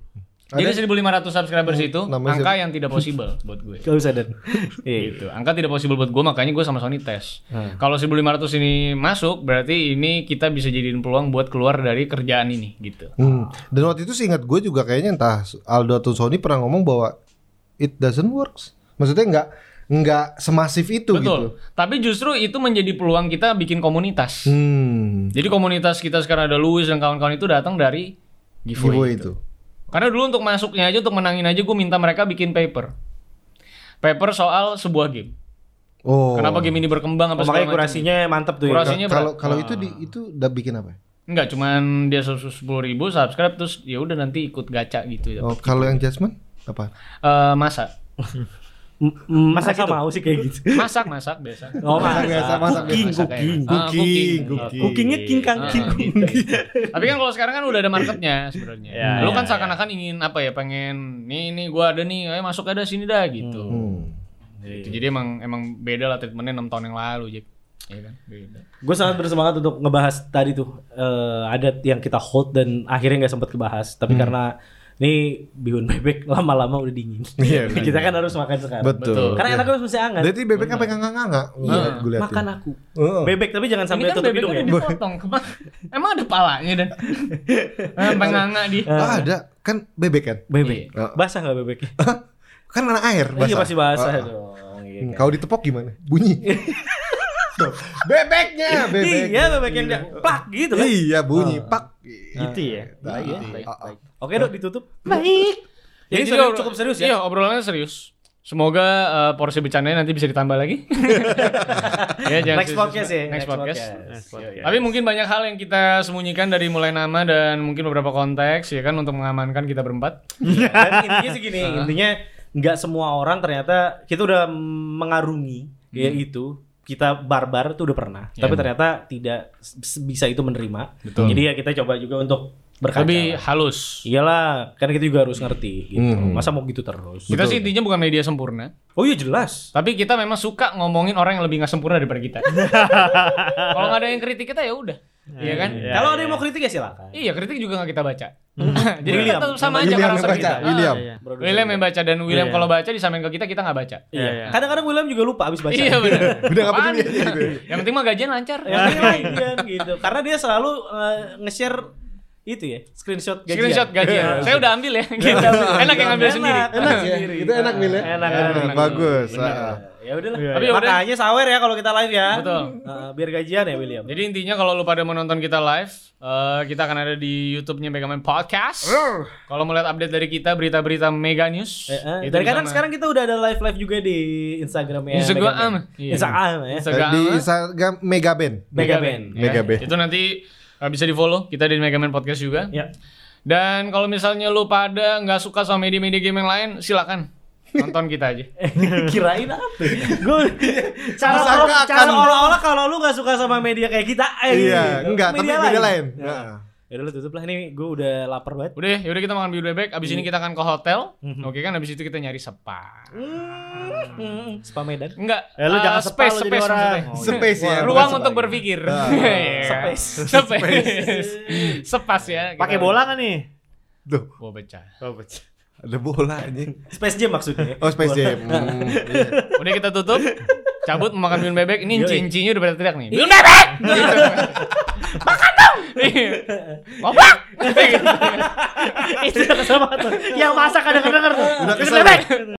A: Jadi 1500 subscribers itu
C: Hmm. namanya
A: angka
C: siapa?
A: yang tidak possible buat gue.
D: Gak usah dan. Iya.
A: gitu. Angka tidak possible buat gue makanya gue sama Sony tes.
D: Hmm.
A: Kalau 1500 ini masuk berarti ini kita bisa jadiin peluang buat keluar dari kerjaan ini gitu.
C: Hmm. Dan waktu itu seingat gue juga kayaknya entah Aldo atau Sony pernah ngomong bahwa it doesn't works. Maksudnya nggak nggak semasif itu gitu.
A: Betul. Tapi justru itu menjadi peluang kita bikin komunitas.
C: Hmm.
A: Jadi komunitas kita sekarang ada Louis dan kawan-kawan itu datang dari giveaway. gitu.
C: Giveaway itu.
A: Karena dulu untuk masuknya aja untuk menangin aja gue minta mereka bikin paper. Paper soal sebuah game.
C: Oh.
A: Kenapa game ini berkembang apa
D: Oh,
A: segala
D: makanya
A: macam.
D: kurasinya mantep tuh. ya.
A: Kurasinya-
C: Ka- Kalau
A: berat.
C: kalau itu di itu udah bikin apa? ya?
A: Enggak, cuman dia 110 ribu subscribe terus ya udah nanti ikut gacha gitu.
C: Oh, kalau yang judgment apa?
A: Eh, masa
D: M- m- Masa
B: Masa gitu?
D: mau sih kayak gitu?
A: masak masak biasa
D: Oh,
C: Masak
D: masa.
C: biasa, masak
D: Cooking,
A: biasa.
D: cooking.
A: Ah, cooking.
C: cooking.
D: Cookingnya king kang
A: Ah,
D: king.
A: gitu. tapi kan kalau sekarang kan udah ada marketnya sebenarnya
B: Ya,
A: lu
B: ya,
A: kan
B: ya.
A: seakan-akan ingin apa ya pengen nih nih gua ada nih ayo masuk ada sini dah gitu
C: Hmm.
A: Gitu. jadi emang emang beda lah treatmentnya 6 tahun yang lalu Jack Iya kan beda
D: Gue sangat bersemangat untuk ngebahas tadi tuh eh, adat yang kita hold dan akhirnya nggak sempat kebahas. Tapi karena ini bihun bebek lama-lama udah dingin.
C: Iya, bener.
D: kita kan harus makan sekarang.
C: Betul.
D: Karena enaknya harus
F: kan?
D: mesti hangat.
C: Jadi bebek apa yang nganga-nganga? Lihat, gue liatin.
D: Makan aku.
C: Heeh.
D: Bebek tapi jangan
A: ini
D: sampai
A: kan
D: tutup
A: bebek
D: hidung
A: kan
D: ya.
A: dipotong Emang- emang ada palanya dan emang nganga dia
C: Ah, ada kan bebek kan?
D: Bebek.
C: Iya.
D: Basah nggak bebeknya?
C: kan anak air
D: Iya pasti basah
C: Ah, ah.
D: dong. Iya
C: Hmm,
D: kan?
C: Kalau ditepok gimana? Bunyi. Bebeknya, bebek.
D: Iya bebek yang nggak- pak gitu kan.
C: Iya bunyi pak.
B: Gitu ya.
C: Nah,
B: Baik,
C: iya.
B: baik,
C: Ah, ah.
D: Oke dok ditutup. Baik. Jadi
A: Jadi
D: serius,
A: obro-
D: cukup serius
A: Iya,
D: ya.
A: obrolannya serius. Semoga eh, porsi bercandanya nanti bisa ditambah lagi. ya, jangan
D: Next
A: serius-
D: podcast ya.
A: Next, podcast. Iya,
B: Next podcast.
A: Tapi mungkin banyak hal yang kita sembunyikan dari mulai nama dan mungkin beberapa konteks ya kan untuk mengamankan kita berempat.
D: Dan intinya segini, intinya nggak semua orang ternyata kita udah mengarungi ya itu kita barbar itu udah pernah, tapi ternyata tidak s- bisa itu menerima.
A: Betul.
D: Jadi ya kita coba juga untuk berkaca.
A: Lebih
D: lah.
A: halus.
D: Iyalah, kan kita juga harus ngerti gitu.
C: Hmm.
D: Masa mau gitu terus?
A: Kita sih intinya bukan media sempurna,
D: Oh iya jelas.
A: tapi kita memang suka ngomongin orang yang lebih nggak sempurna daripada kita. Kalau nggak ada yang kritik kita ya udah, iya kan?
B: iya.
D: Kalau ada yang mau kritik ya silakan.
A: Iya kritik juga nggak kita baca. Jadi kita
D: William.
A: tetap sama aja
C: William yang
A: karakter
C: baca,
A: kita.
C: William.
B: Iya,
A: Ah, William yang baca dan William
B: Iya.
A: kalau baca disampaikan ke kita kita nggak baca.
B: Iya, iya.
D: Kadang-kadang William juga lupa abis baca.
A: Iya benar.
C: Udah nggak
A: Apaan?
C: peduli aja gitu.
A: Yang penting mah gajian lancar.
D: Yang penting lagian gitu. Karena dia selalu eh, nge-share itu ya, screenshot gajian.
A: Screenshot gajian. Saya udah ambil ya. Gitu. Enak yang ambil sendiri.
C: Enak ya, itu enak Mil ya.
D: Enak,
C: Enak,
D: enak.
C: bagus.
A: Bener.
C: ah.
D: Ya udahlah.
A: Tapi ya udah.
D: Makanya sawer ya kalau kita live ya.
A: Betul.
D: Eh, biar gajian ya William.
A: Jadi intinya kalau lu pada menonton kita live, eh, kita akan ada di YouTube-nya Megaman Podcast. Kalau mau lihat update dari kita, berita-berita Mega News.
D: Eh, eh.
A: itu
D: Dan
A: di
D: kadang
A: sana.
D: sekarang kita udah ada live-live juga di Instagramnya
A: Instagram.
D: Megaben.
A: Iya.
D: Instagram ya.
A: Instagram
C: Di Instagram Mega Band.
D: Megaben.
A: ya.
C: Megaben.
A: Itu nanti eh, bisa di follow. Kita di Megaman Podcast juga.
D: Ya.
A: Dan kalau misalnya lu pada nggak suka sama media-media game yang lain, silakan nonton kita aja.
D: Eh. Kirain apa? Gue cara
C: Disangka
D: olah-
C: akan-
D: cara olah-olah kalau lu gak suka sama media kayak kita. eh,
C: Iya,
D: gitu.
C: enggak, tapi media lain.
D: Ya.
C: Nah.
D: Yaudah lu tutup lah ini gue udah lapar banget.
A: Udah ya, yaudah kita makan bihun bebek, abis
D: Iya.
A: ini kita akan ke hotel.
D: Mhm.
A: Oke kan, abis itu kita nyari spa.
D: Hmm, Spa Medan.
A: Enggak,
B: Eh, lu
A: eh,
B: jangan spa,
A: space,
B: lu jadi
A: space
B: orang.
A: maksudnya.
B: Oh,
C: Space ya. bukan
A: Ruang
C: spa.
A: untuk berpikir.
C: Ah.
A: Iya.
D: Space.
A: Space. Sepas ya. kita-
B: Pakai bola kan nih?
C: Duh,
A: Gua pecah.
B: Oh, pecah.
C: ada bola anjing.
D: Space Jam maksudnya. ya.
C: Oh, Space Jam. Hmm, iya.
A: Udah kita tutup. Cabut mau makan bihun bebek. Ini
D: Yoi.
A: cincinnya udah pada teriak nih. Bihun bebek. Gitu. Makan dong. Iya. Ngobrol. Gitu.
D: Itu udah kesel banget tuh. Yang masak kadang-kadang denger.
C: Udah
D: Bihun
C: kesel.
D: bebek.